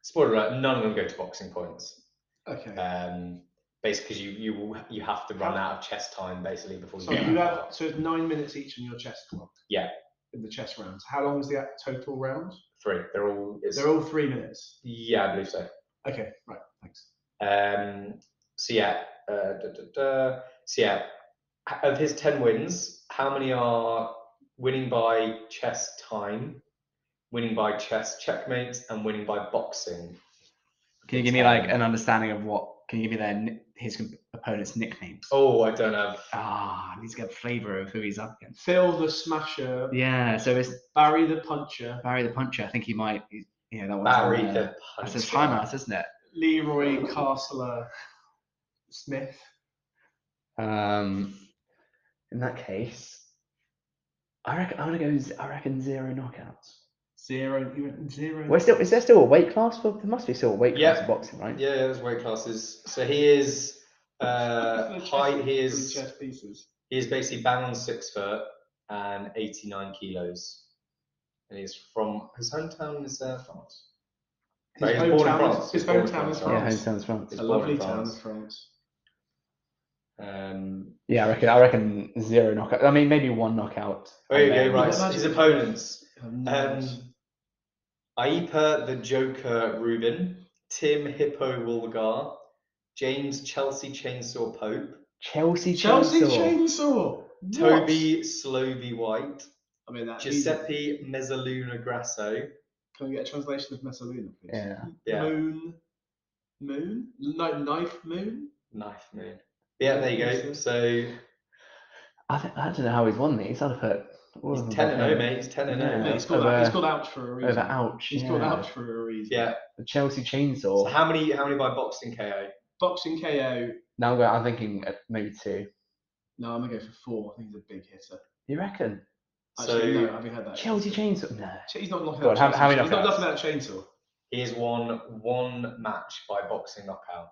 Spoiler alert: none of them go to boxing points
Okay.
um basically 'cause you you will- you have to run out of chess time basically before you
so
get
you
out.
have so it's nine minutes each on your chess clock.
Yeah.
In the chess rounds, how long is the act- total round?
three they're all it's,
They're all three minutes.
yeah i believe so
Okay, right. Thanks.
um so yeah uh, da, da, da. so yeah h- of his 10 wins how many are winning by chess time winning by chess checkmates and winning by boxing
Can you give me like an understanding of what? Can you give me their ni- his comp- opponent's nicknames?
oh i don't have
Ah, I need to get a flavour of who he's up against.
Phil the Smasher,
Yeah, so it's
Barry the Puncher,
Barry the Puncher. I think he might. he- You know that one's on
barry
there.
the
That's his
Puncher.
timeout, isn't it?
Leroy Castler Smith.
Um, in that case, I reckon I'm gonna go. z- I reckon zero knockouts.
Zero. You went zero.
Well, still, is there still a weight class for? There must be still a weight
Yeah.
class for boxing, right?
yeah yeah, there's weight classes so he is uh
For the chess-
high he
for the
is
chess pieces.
He is basically bang on six foot and 89 kilos. And he's from his hometown is uh, France.
His
But he was born in
hometown
France.
is- his
He was born in
hometown is
France.
Yeah,
France.
hometown's France.
It's
It's
a
born in
lovely town
France.
in France.
Um,
Yeah, I reckon. I reckon zero knockout. I mean, maybe one knockout.
oh,
and
yeah,
then-
right.
Imagine-
His opponents
Um,
Um, Aipa the Joker Rubin, Tim Hippo Woolgar, James Chelsea Chainsaw Pope,
Chelsea.
Chelsea
Chainsaw.
Chainsaw. What?
Toby Slovey White,
I mean, that
Giuseppe Mezzaluna Grasso.
Can we get a translation of Messaluna, please?
Yeah.
Yeah,
Moon. Moon? No, knife moon?
knife moon. Yeah, there you go. So
I, th- I don't know how he's won these. I'd have put. all of
he's 10
them back
and 0,
over-
mate. He's 10 and
Yeah.
Yeah,
0.
he's called,
Over-
out, he's called out for a reason.
Over ouch.
He's
yeah.
called out for a reason.
Yeah.
The Chelsea chainsaw.
So how many how many by boxing KO?
Boxing KO.
now I'm, going, I'm thinking uh, maybe two.
No, I'm going to go for four. I think he's a big hitter.
You reckon?
Actually,
So-
no, have you heard that?
Chelsea chainsaw. No.
Ch- He's not knocking
God,
out
how-
chainsaw.
how many
he's not
knockouts?
knocking out chainsaw.
He has won one match by boxing knockout.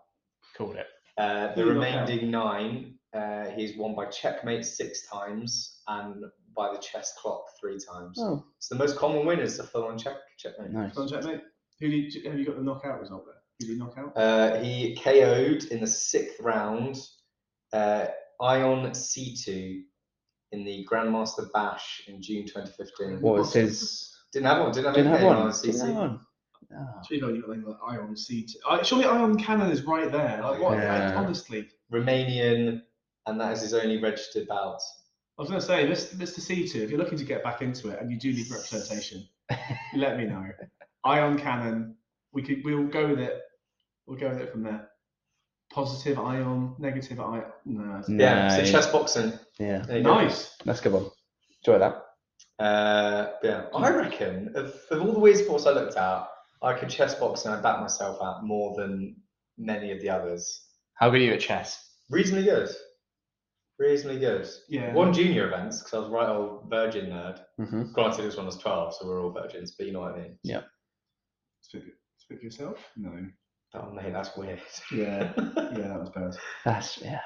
Called it.
Uh, the
Who
remaining nine, uh, he's won by checkmate six times and by the chess clock three times.
Oh,
So the most common win is the full on check checkmate.
nice.
Come on, checkmate. Who did you, have you got the knockout result there? Who did you knock out?
Uh, he KO'd in the sixth round uh, Ion C2 in the Grandmaster Bash in June 2015.
What was his?
Didn't have one, didn't have
Didn't
any
have
name, Ion
one. Didn't
C2.
have one. Oh.
Surely you got the name like Ion C. T- I- surely Uh, Ion Cannon is right there. Like, what?
Yeah.
I, honestly,
Romanian, and that is his only registered bout.
I was going to say, Mr. Mr. C2, if you're looking to get back into it and you do need representation, let me know. Ion Cannon, we could, we'll go with it. We'll go with it from there. Positive ion, negative ion. No. it's-
Yeah, so
Nice.
chess boxing.
Yeah,
There you go.
Nice.
that's a good one. Enjoy that.
Uh, yeah, I reckon of, of all the weird sports I looked at, I could chess box and I back myself at more than many of the others.
How good are you at chess?
Reasonably good. Reasonably good.
Yeah.
One junior events because I was right old virgin nerd.
Mm-hmm.
Granted, this one was twelve, so we're all virgins, but you know what I mean.
Speak, speak for yourself? No.
Oh mate, that's weird.
Yeah. Yeah, that was bad.
That's yeah.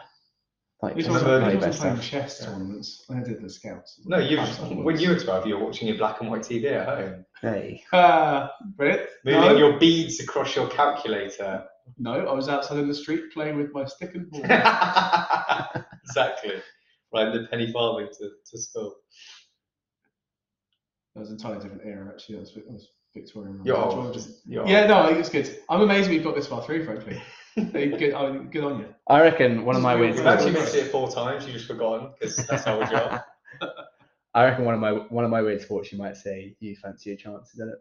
Like,
We
that's
talked
talking about-
not your
about we talked about
best
playing
stuff.
chess tournaments. I did the scouts.
no, you
Perhaps that
when
works.
you were twelve, you were watching your black and white TV at home,
Hey,
Ah, brilliant.
moving
No,
your beads across your calculator.
no, I was outside in the street playing with my stick and ball.
exactly. Right, the penny farthing to, to school.
That was an entirely different era, actually. That was, that was Victorian.
You're
George-
old. You're old.
Yeah, no, I think it's good. I'm amazed we've got this far through, frankly. Hey, good, I mean, good on you.
I reckon one of my
Just
weird.
You've
That's
actually
what it
missed
is.
it four times. You just forgotten because that's our job.
I reckon one of my one of my weird sports. You might say you fancy your chances at it.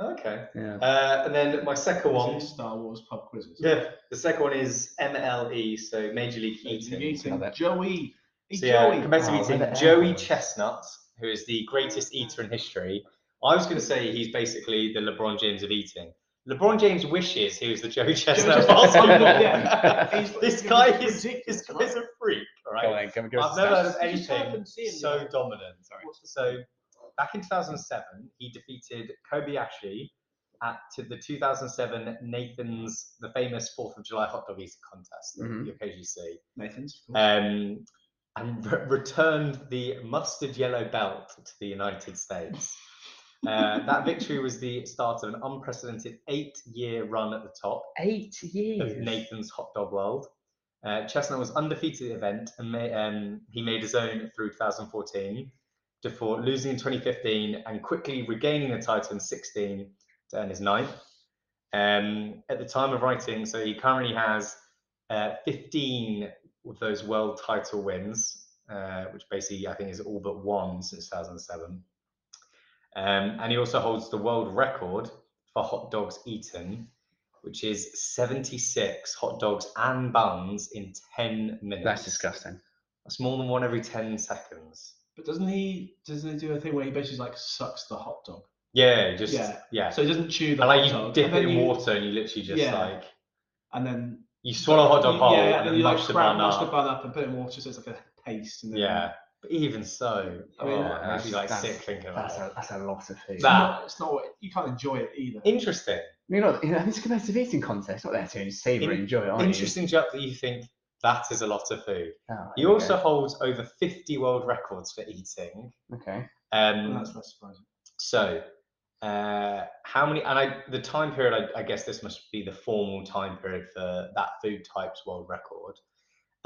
Okay.
Yeah.
Uh, and then my second one.
It's Star Wars pub quizzes.
Yeah. The second one is MLE, so Major League
Eating,
Eating.
eating.
Love it.
Joey. Hey,
So yeah,
Joey.
competitive
Oh,
eating.
look at
Joey
that.
Chestnut, who is the greatest eater in history. I was going to say he's basically the LeBron James of eating. LeBron James wishes he was the Joey Chestnut. of
Chestnut.
basketball.
Yeah. He's-
this
he's
guy
ridiculous,
is this
right?
guy's a freak, all right?
Go on, then, come and give us
I've
the
never heard
stats.
of
You just
anything
haven't seen
so
him.
dominant. So back in 2007, he defeated Kobayashi at to the 2007 Nathan's, the famous 4th of July hot dog eating contest that
Mhm.
you occasionally see,
Nathan's. of course.
um, and re- returned the mustard yellow belt to the United States. Uh, that victory was the start of an unprecedented eight-year run at the top,
Eight
of
years.
Nathan's Hot Dog World. Uh, Chestnut was undefeated at the event and ma- um, he made his own through 2014 before losing in 2015 and quickly regaining the title in 16 to earn his ninth. Um, at the time of writing, so he currently has uh, 15 of those world title wins, uh, which basically I think is all but one since 2007. Um, and he also holds the world record for hot dogs eaten, which is 76 hot dogs and buns in 10 minutes.
That's disgusting.
That's more than one every 10 seconds.
But doesn't he doesn't he do a thing where he basically like sucks the hot dog?
Yeah, just, yeah.
Yeah. So he doesn't chew the
and like
hot
you
dog.
dip
and
it
then
in
you-
water and you literally just
Yeah.
like,
And then
you swallow a hot dog whole
yeah,
and
then
then
you like
mush the
scramble,
bun
mash the
up.
bun up and put it in water so it's like a paste. And then
Yeah. But even so,
I mean,
oh,
yeah,
it makes you like
that's-
sick thinking about
That's
it.
a, that's a lot of food.
It's,
That-
not, it's not what you can't enjoy it either.
Interesting.
You're not. You know, it's a competitive eating contest. Not there to savour
In-
and enjoy, it, are you?
Interesting, Jack, that you think That is a lot of food.
Oh,
He
here we
also holds over 50 world records for eating.
go. okay.
Um,
Oh, That's less surprising.
So, uh, how many? And I, the time period. I, I guess this must be the formal time period for that food type's world record.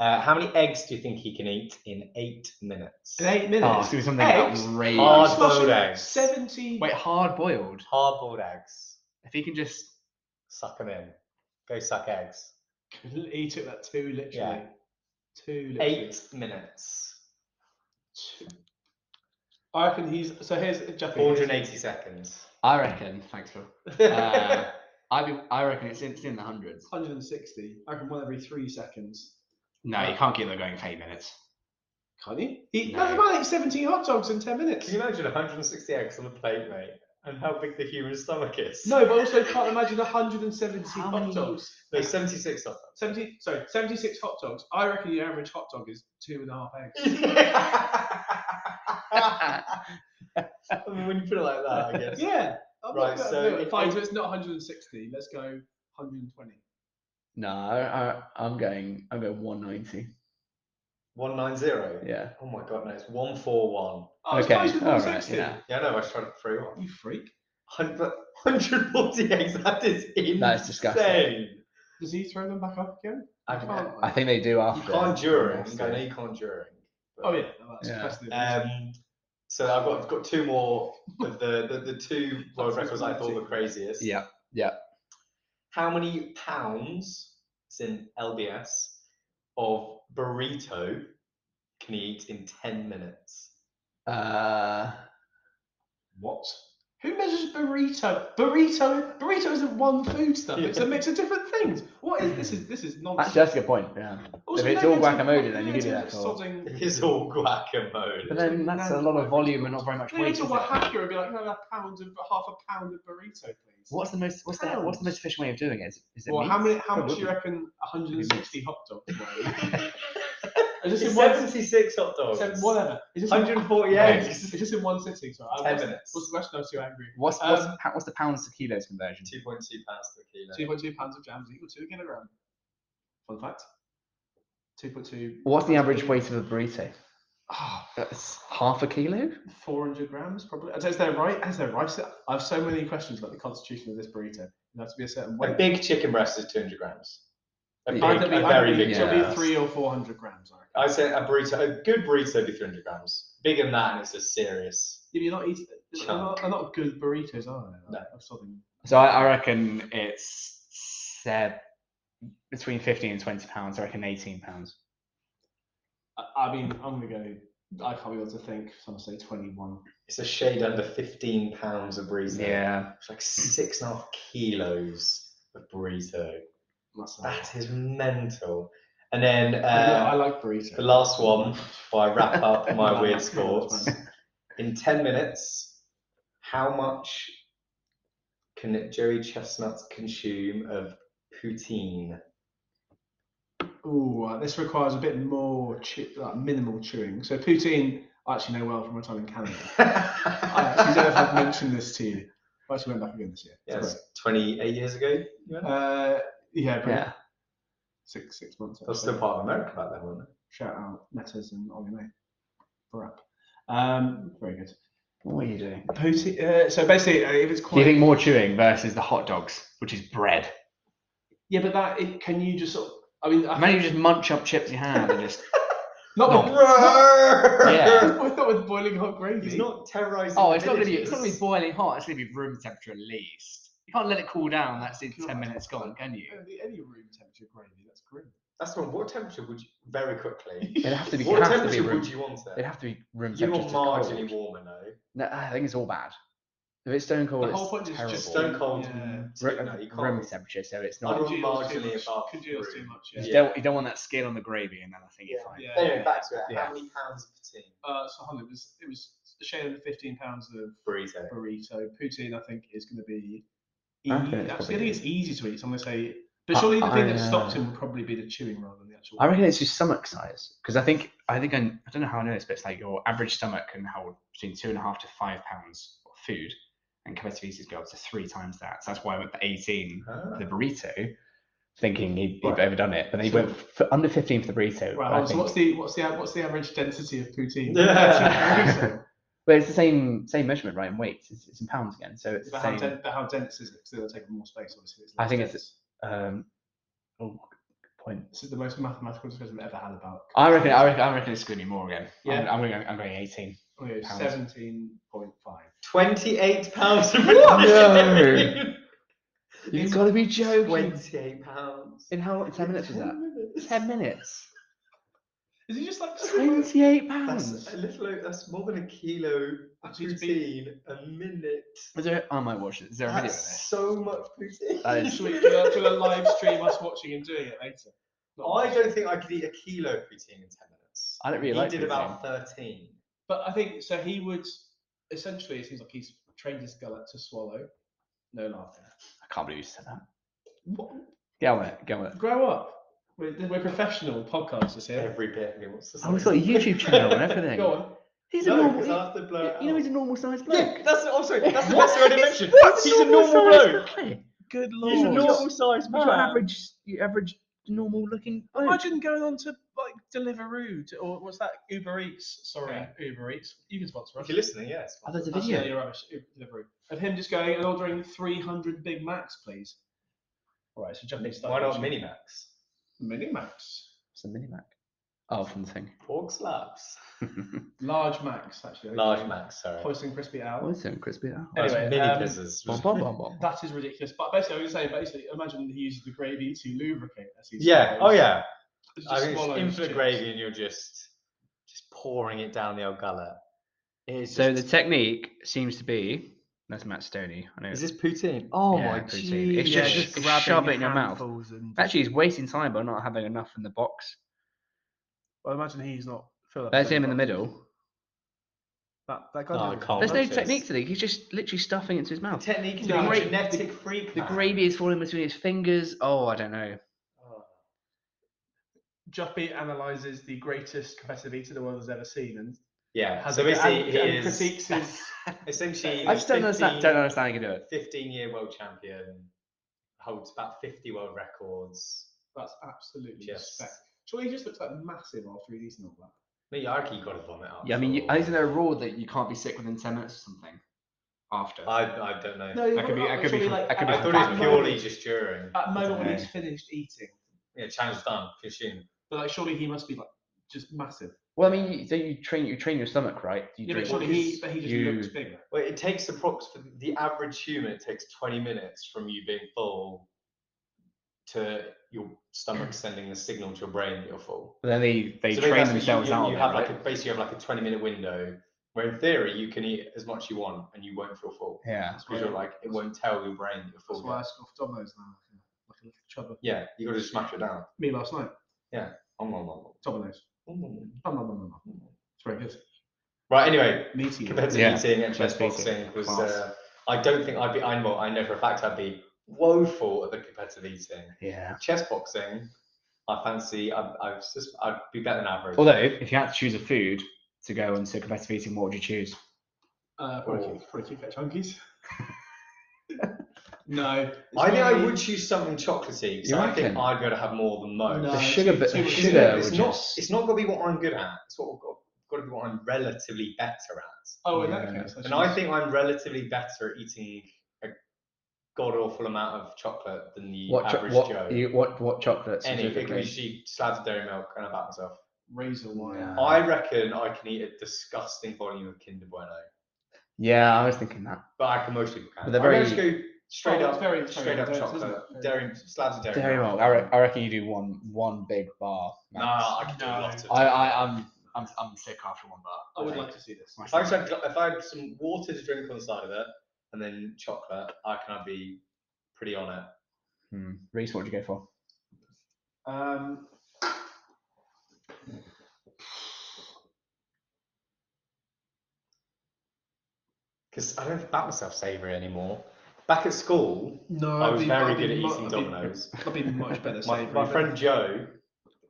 Uh, how many eggs do you think he can eat in eight minutes?
In eight minutes.
Oh, it's gonna be something
Eggs?
outrageous.
Oh,
Hard
it's not
boiled
sure.
eggs.
70.
Wait, hard boiled.
Hard-boiled eggs.
If he can just
Suck them in. Go suck eggs.
He took that two literally.
Yeah.
Two literally.
Eight minutes.
I reckon he's. So here's Jeffy. here's-
480 seconds.
I reckon, thanks for uh, I be, I reckon it's in, it's in the hundreds.
160. I reckon one every three seconds.
No, you can't keep them going for eight minutes.
Can't you? He,
No.
no. man ate 17 hot dogs in 10 minutes.
Can you imagine 160 eggs on a plate, mate? And how big the human stomach is?
No, but also can't imagine 170
How
hot
many-
dogs.
no 76 of
70, sorry, 76 hot dogs. I reckon your average hot dog is two and a half eggs.
them. I mean, when you put it like that, I guess.
Yeah. I'm not
Right,
gonna
so
do it.
it-
fine. So it's not 160. Let's go 120.
No, I, I, I'm going. I'm going 190.
190.
Yeah.
Oh my god, no, it's 141.
Oh, it's
okay.
close with
all right,
160.
yeah.
Yeah, no, I was trying to throw one.
You freak.
100, 140 eggs, that is insane.
That is disgusting.
Does he throw them back up again?
I
You
don't
can't,
know.
I think they do
You
after.
can't during.
after.
I know you can't during. but-
Oh, yeah. No, that's
Yeah.
that's the-
Um, so I've got, I've got two more of the, the, the two world records I thought were craziest.
Yeah. Yeah.
How many pounds, it's in LBS, of burrito can you eat in 10 minutes?
Uh,
What? Who measures burrito? Burrito burrito isn't one food stuff. It's a mix of different things. What is this? Is this is
actually,
nonsense?
that's a good point. Yeah.
Also,
if it's
no
all
one's-
guacamole, then you
no
give it that
one's
for-
sodding-
It is all guacamole.
But then that's a lot of volume and not very much
They need
weight.
to
is
what
it?
hacker and be like, no, a pound of half a pound of burrito, please.
What's the most? What's the, What's the most efficient way of doing it? Is, is it
Well, how many?
meats?
How much
Probably.
do you reckon 160 hot dogs? were? Is this
It's
in one?
76 hot dogs.
seven- Whatever. Is this in-
140
Is
eggs.
this in one sitting? Sorry, I
10
was-
minutes.
What's the question? I was too angry.
What's what's,
Um,
how- what's the pounds to kilos conversion?
2.2 pounds per kilo.
2.2 pounds of jam is equal to a kilogram. Fun fact. 2.2.
What's the average weight of a burrito? Oh.
Ah,
That's half a kilo.
400 grams, probably. Is there right? Is there rice? I have so many questions about the constitution of this burrito. It has to be a certain
A
weight.
big chicken breast is 200 grams. A,
Yeah.
big,
Either be,
a very
either be,
big
it'll
chicken
be
yeah.
breast.
three or 400 grams. I reckon.
I say a burrito, a good burrito would be 300 grams. Bigger than that, and it's a serious.
You're not eating. They're not,
Chunk.
they're not good burritos, are they?
No.
I've saw them.
So I, I reckon it's uh, between fifteen and twenty pounds. I reckon eighteen pounds.
I, I mean, I'm gonna go. I can't be able to think. So I'm gonna say 21.
It's a shade under 15 pounds of burrito.
Yeah.
It's like six and a half kilos of burrito.
That's not-
That is mental. And then
I
uh,
like burritos.
the last one before I wrap up my
Yeah,
weird
that's cool, that's
sports. In 10 minutes, how much can Joey Chestnut consume of poutine?
Ooh, uh, this requires a bit more chew, like minimal chewing. So poutine, I actually know well from my time in Canada. I actually don't know if I've mentioned this to you. I actually went back again this year. It's
Yes, 28 years ago. you
great.
went?
Uh, yeah, but
Yeah.
six six months.
That's still
actually.
part of America back then, wasn't it?
Shout out Metas and Ollie May for up. Um, very good.
What are you doing?
Poutine. Uh, so basically, uh, if it's
Do you
quite
think more chewing versus the hot dogs, which is bread?
yeah, but that it, can you just sort of. I mean, I
Imagine you just munch up chips you have and just.
not
Oh,
No.
with,
Yeah.
not with boiling hot gravy.
He's not terrorizing.
Oh, it's not gonna be. It's not gonna be
villages.
boiling hot. It's gonna be room temperature at least. You can't let it cool down. That's in ten
God.
minutes gone, can you?
Any any room temperature gravy. That's great.
That's one. What temperature would you very quickly?
It'd have to be.
What
It'd have to be
temperature
room.
would you want
It'd
it?
have to be room
You want
temperature. to
marginally
cold.
warmer, no?
No, I think it's all bad. If it's stone cold,
The whole
it's
point is
terrible.
just
Stone cold.
Yeah.
Ro-
Ro-
no, you can't.
room temperature, so it's
I
not.
would
Congeals
marginally
too much-
above
Congeals
room.
too much.
You
Yeah.
Yeah.
don't, you don't want that skin on the gravy, and then I think you're fine.
Yeah.
Anyway, back to it.
Yeah.
How many pounds of poutine?
Uh, so hang on, it was it was a shade under fifteen pounds of
Burrito.
burrito. Poutine, I think, is going to be. Easy.
I think
Actually,
it's
I
probably
think it's easy to eat. So I'm going to say, but
I-
surely the thing
I,
that
uh,
stopped him would probably be the chewing rather than the actual.
I reckon it's just stomach size because I think I think I, I don't know how I know this, but it's like your average stomach can hold between two and a half to five pounds of food, and competitive eaters go up to three times that. So that's why with the eighteen,
Ah.
the burrito, thinking he'd, he'd
Right.
overdone it, but then he went for under 15 for the burrito.
Right,
but I
Hans,
think-
what's the what's the what's the average density of poutine?
Yeah.
but it's the same same measurement, right? In weight, it's, it's in pounds again, so it's
but,
the
how
same.
den- but how dense is it? Because it'll take more space, obviously. It's
I
less
think it's-
dense.
Um, oh, good point.
this is the most mathematical discussion I've ever had about.
I reckon. I reckon. I reckon it's going to be more again.
Yeah.
I'm, I'm going. I'm going 18.
Okay,
Pounds.
Oh, seventeen point five.
28 pounds of
What?
No.
You've got to be joking.
28 pounds.
In how long? Ten minutes was that? Ten minutes.
Is it just like
Twenty-eight pounds.
That's a little. That's more than a kilo of
Actually, to
poutine a minute.
Is there? I might watch it. Is there a video of
That's
this?
so much poutine.
That is-
Should we do a, do a live stream us watching and doing it later? Not
I
live.
don't think I could eat a kilo of poutine in 10 minutes.
I don't really
he
like
did about 13.
But I think so. He would essentially. It seems like he's trained his gullet to swallow. No laughter.
I can't believe you said that.
What?
Get on with it. Get on with it.
Grow up. We're, we're professional podcasters here.
Every bit he wants to say.
Oh, he's got a YouTube channel and everything.
Go on.
He's a
No,
normal.
'cause
he-
I have to blow it
you know,
out.
he's a normal sized bloke.
Yeah, that's I'm sorry. That's the
What?
best thing I didn't
He's-
mention.
what's
He's a normal bloke.
normal-sized bloke?
Good lord.
He's a normal sized
What's your
man.
average, your average normal looking bloke?
Imagine going on to like Deliveroo to- or what's that Uber Eats? Sorry,
Yeah.
Uber Eats. You can sponsor us.
If you're listening, yeah, it's
Oh,
fine.
there's a
That's
video.
really rubbish. Uber Delivery. Of him just going and ordering 300 Big Macs, please. All right, so Japanese style.
Why not
version.
Minimax?
Mini Macs?
It's a mini Mac. Oh, from the thing.
Pork slaps.
Large Macs, actually. I think
Large
they're
Max, sorry.
Hoisin Crispy Owl.
What's it? Crispy. Oh,
That's
Anyway,
mini
um,
pizzas.
Bom, bom, bom, bom.
That is ridiculous. But basically, I was saying, basically, imagine he uses the gravy to lubricate. As he
Yeah. Oh
swallows.
yeah.
He just
I mean, it's
swallows
infinite
chips.
gravy, and you're just just pouring it down the old gullet. It's
So the
just-
technique seems to be that's Matt Stoney. I know.
is this poutine? Oh
Yeah,
my
poutine.
poutine.
It's
Yeah, just
just shove
grabbing
it in your mouth.
handfuls and-
Actually, he's wasting time by not having enough in the box.
I imagine he's not. Phil, that's
There's him in
not-
the middle.
That, that guy.
No, I
doesn't-
Oh,
can't.
There's no
Nonsense.
technique to it. He's just literally stuffing it into his mouth.
technique is
No,
being a
the-
genetic freak.
The
man.
gravy is falling between his fingers. Oh, I don't know.
Ah.
Oh.
Juppie analyzes the greatest competitive eater the world has ever seen, and
Yeah.
Has
so
a-
basically,
and-
he
and
is
critiques his-
essentially.
I just don't understand.
15
Don't understand how you can do it.
15 year world champion holds about 50 world records.
That's absolutely
Yes.
spec. Surely he just looks like massive after he's eaten all that.
No, I reckon you got to vomit out.
Yeah, I mean, you,
for-
isn't there a rule that you can't be sick within ten minutes or something? After.
I, I don't know.
he
That could be-
wouldn't,
that
but
could be
surely,
from- that could be
I thought
at
from-
it
that
was
moment-
purely just during.
At the moment when
Yeah.
he's finished eating,
Yeah, challenge done. Consume.
but like surely he must be like just massive.
Well, I mean, you, so you train you train your stomach, right? You
Yeah, but
drink-
surely he, but he just
you-
looks bigger.
Well, it takes approximately the average human. It takes twenty minutes from you being full to your stomach sending the signal to your brain that you're full.
But then they they
So
train
basically,
themselves
you, you,
out.
You
of
have
it,
like
right?
a, basically you have like a twenty minute window where in theory you can eat as much you want and you won't feel full
Yeah.
That's
because you're like it won't tell your brain that you're
That's
full.
why I
yet.
scoffed Domino's now, like a little chubber.
Yeah, you got to smash it down.
Me last night,
Om, om, om,
Domino's.
om, om,
Nom, nom, nom, nom, nom.
om.
It's very good.
Right. Anyway,
Meaty.
compared to
Yeah,
eating and chess
let's face
boxing
it,
was
class.
uh, I don't think I'd be I know I know for a fact I'd be woeful at the competitive eating.
Yeah.
Chess boxing, I fancy I I sus- I'd be better than average.
Although, if you had to choose a food to go into competitive eating, what would you choose?
Uh, probably,
Oh.
keep, probably keep that chunkies. no. it's
I think I
mainly-
would choose something chocolatey because
You
I think
reckon?
I'd be able to have more than most.
No,
the
it's
sugar,
too-
bit,
too
the
much
Uh, It's-
sugar.
it's
would
not
just-
it's not gonna be what I'm good at. It's what I've got, gotta be what I'm relatively better at.
Oh, in that
Yeah.
case.
And I
choose-
think I'm relatively better at eating a god awful amount of chocolate than the
what, cho-
average Joe.
what, you, what what chocolate
Any, it could be
specifically?
she slabs of dairy milk and about myself.
razor wire.
Nah.
I reckon I can eat a disgusting volume of Kinder Bueno,
Yeah, I was thinking that.
but I can mostly
But
can.
they're
I'm gonna
very-
just go straight
Oh,
up,
it's very- it's
straight
very
up
dense, isn't
chocolate,
it?
dairy slabs of dairy,
Dairy milk. I, re- I reckon you do one one big bar.
No,
max.
I can do a lot of.
I, I I'm I'm I'm sick after one bar.
I would like to see this.
if I just had, gl- if I had some water to drink on the side of it and then chocolate, I can I'd be pretty on it.
Hmm. Reese, what would you go for?
Um,
Because I don't bat myself savoury anymore. Back at school,
no,
I
I'd
was
be-
very
I'd be
good at
mu-
eating
I'd be-
Dominoes.
I'd be much better.
My,
savoury,
my
but-
friend Joe,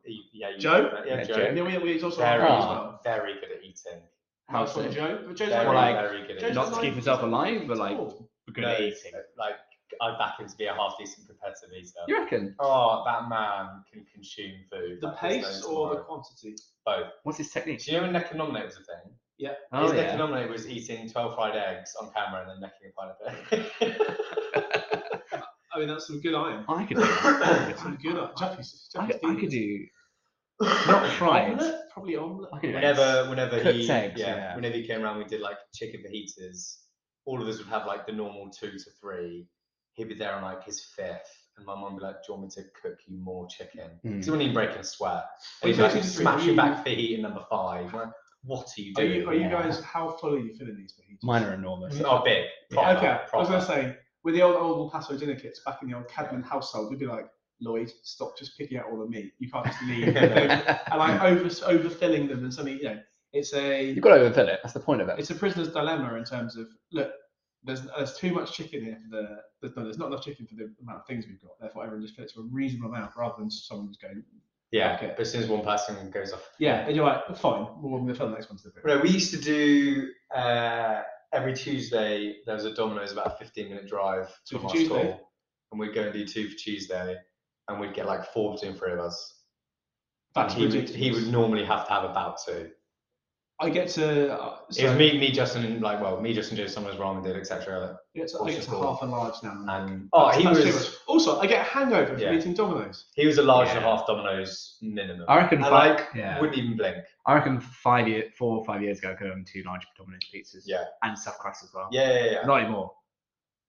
he- yeah, you
Joe?
know that, yeah,
Yeah,
Joe,
Joe.
Yeah, we- we- he's also
very,
on
Ah.
as well.
very good at eating.
How
Nice one,
so?
Joe. But Joe's
Very,
like,
very good at
Joe's
eating.
Not to keep
like-
himself alive, but like
tall.
good
No,
at eating.
Like I back him to be a half decent competitor. He's
You reckon?
oh, that man can consume food.
The
like there's
pace
no
or the
tomorrow.
quantity?
both?
What's his technique?
Do you know when Neck and Nominate was a thing?
Oh,
His Neck
yeah.
and Nominate was eating twelve fried eggs on camera and then necking a
I mean, that's some good iron.
I could do that.
Some good iron. Japanese,
I, could- I could do
pint
not
of it.
fried.
Omelette? Probably omelette.
I could do eggs.
whenever whenever
Cooked
he
eggs,
yeah,
yeah.
whenever he came around we did like chicken fajitas all of us would have like the normal two to three he'd be there on like his fifth and my mum would be like do you want me to cook you more chicken
Mm.
so when he break and sweat and he'd
Wait,
be like
two to three,
smashing
Mm-hmm. you-
back fajita number five like, what are you
Are
doing
you, are you
Yeah.
guys, how full are you filling these fajitas?
Mine are enormous.
oh big proper,
okay, I was
proper.
going to say, with the old, old El Paso dinner kits back in the old Cadman household, we'd be like, Lloyd, stop just picking out all the meat. You can't just leave. and like over, overfilling them and something, you know, it's a
You've got to overfill it. That's the point of it.
it's a prisoner's dilemma in terms of look, there's there's too much chicken here for the there's, no, there's not enough chicken for the amount of things we've got. Therefore, everyone just fits a reasonable amount rather than someone who's going.
yeah
Okay.
but as soon as one person goes off
Yeah, and you're like, fine, we'll we'll fill the next one to the bit.
Right, we used to do uh, every Tuesday. There was a Domino's about a fifteen-minute drive
Two
from
for
our
Tuesday?
school, and we'd go and do two for Tuesday, and we'd get like four between three of us.
That's
he would,
ridiculous.
he would normally have to have about two.
I get to. Uh, so
it was me, me, Justin, and like well, me, Justin, Jason, someone was wrong, did etc.
I get to, I get to half a large now.
And oh, he
That's too
was
much. Also, I get a hangover
Yeah.
from eating Domino's.
he was a large and a
Yeah.
half Domino's minimum.
I reckon.
And
Five,
like
Yeah.
wouldn't even blink.
I reckon five year, four or five years ago, I could have owned two large Domino's pizzas.
Yeah.
And stuffed crust as well.
Yeah, yeah, yeah.
Not anymore.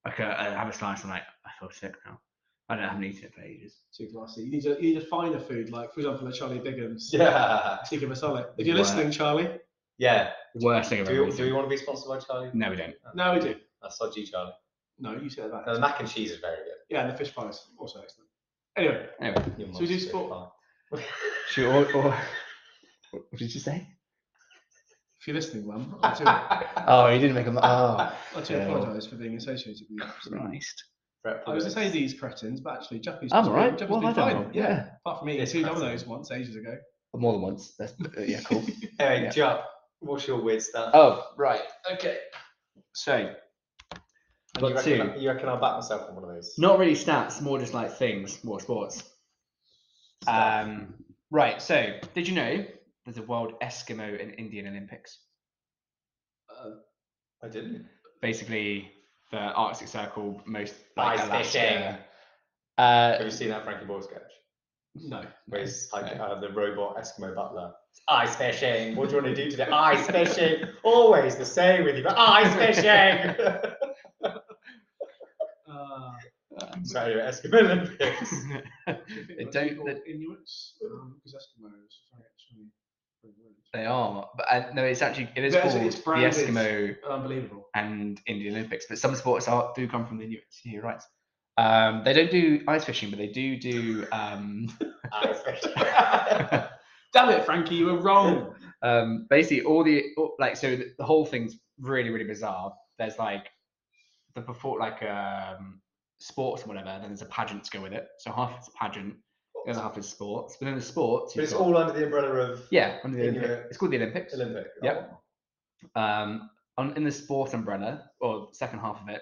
Okay, I have a slice. I'm like, I feel sick now. I don't I haven't eaten it for ages.
Too classy. You need to you need a finer food, like for example, the Charlie Biggins
yeah,
tikka masala. If you're
Wow.
listening, Charlie,
yeah.
Worst thing I've
Do
ever
we, do we
eaten.
want to be sponsored by Charlie?
No, we don't.
no, we do.
That's dodgy, Charlie.
No, you said that.
No, the
Um,
mac and cheese is very good.
Yeah, and the fish pies also excellent. Anyway,
Anyway,
Your
So we do
mum's
sport-
good,
shoot, or, or what did you say?
if you're listening, Mum, I do, I
fine.
Oh, you didn't make a. Oh,
do
Yeah.
apologise for being associated with you.
Christ.
Prep
I was
for
going to say these cretins, but actually, Japanese.
I'm alright.
Japanese
What
been
have I done
fine.
wrong?
Yeah.
Yeah.
apart from eating
This
two
cretin.
dominoes once ages ago.
More than once. That's uh, yeah, cool.
it. Anyway,
Yeah.
Jupp, what's your weird stuff?
oh, right. Okay. So,
And you,
got
reckon,
two.
you reckon I'll back myself on one of those?
Not really stats, more just like things, more sports.
Stuff.
Um, right. So, did you know there's a World Eskimo and Indian Olympics?
I didn't.
Basically, the Arctic Circle, most like
Ice
Alaska.
fishing. Have
Uh,
you seen that Frankie Boyle sketch?
No.
Where he's like
no.
uh, the robot Eskimo butler. Ice fishing. What do you want to do today? Ice fishing. Always the same with you, but ice fishing.
Uh,
so anyway, Eskimo Olympics.
They don't- they-
Inuits um, because Eskimos are actually pretty rude.
they are, but uh, no, it's actually it is
No, it's-
called
it's
the
branded.
Eskimo
Unbelievable.
and Indian Olympics. But some sports are, do come from the Inuits. You're right. Um, they don't do ice fishing, but they do do um,
ice fishing.
Damn it, Frankie, you were wrong.
um, basically all the all- like. So the, the whole thing's really really bizarre. There's like the before like um, sports or whatever. Then there's a pageant to go with it. So half is pageant, the other half is sports. But then the sports,
but
you've
it's
got-
all under the umbrella of
yeah. Under the Olympic,
Inuit-
it's called the Olympics.
Olympic.
Yep. um, on in the sport umbrella or second half of it,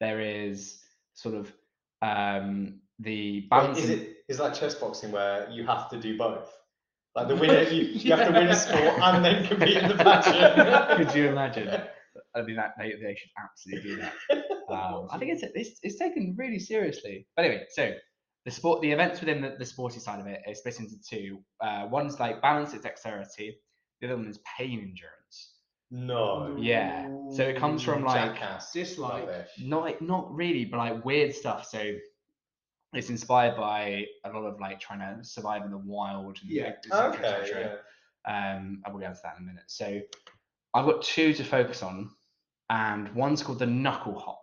there is sort of um, the
Wait,
balance.
Is it is that chess boxing where you have to do both? Like the winner, you, you have to win a sport and then compete in the pageant.
Could you imagine? I mean, that they, they should absolutely do that. Um, I think it's, it's it's taken really seriously. But anyway, so the sport, the events within the, the sporty side of it is split into two. Uh, one's like balance and dexterity. The other one is pain endurance.
Oh,
no.
Yeah. So it comes from like
Jackass.
dislike.
Rubbish.
not not really, but like weird stuff. So it's inspired by a lot of like trying to survive in the wild. And
Yeah.
et cetera, et
Okay.
cetera.
Yeah.
Um, I will get to that in a minute. So I've got two to focus on, and one's called the knuckle hop.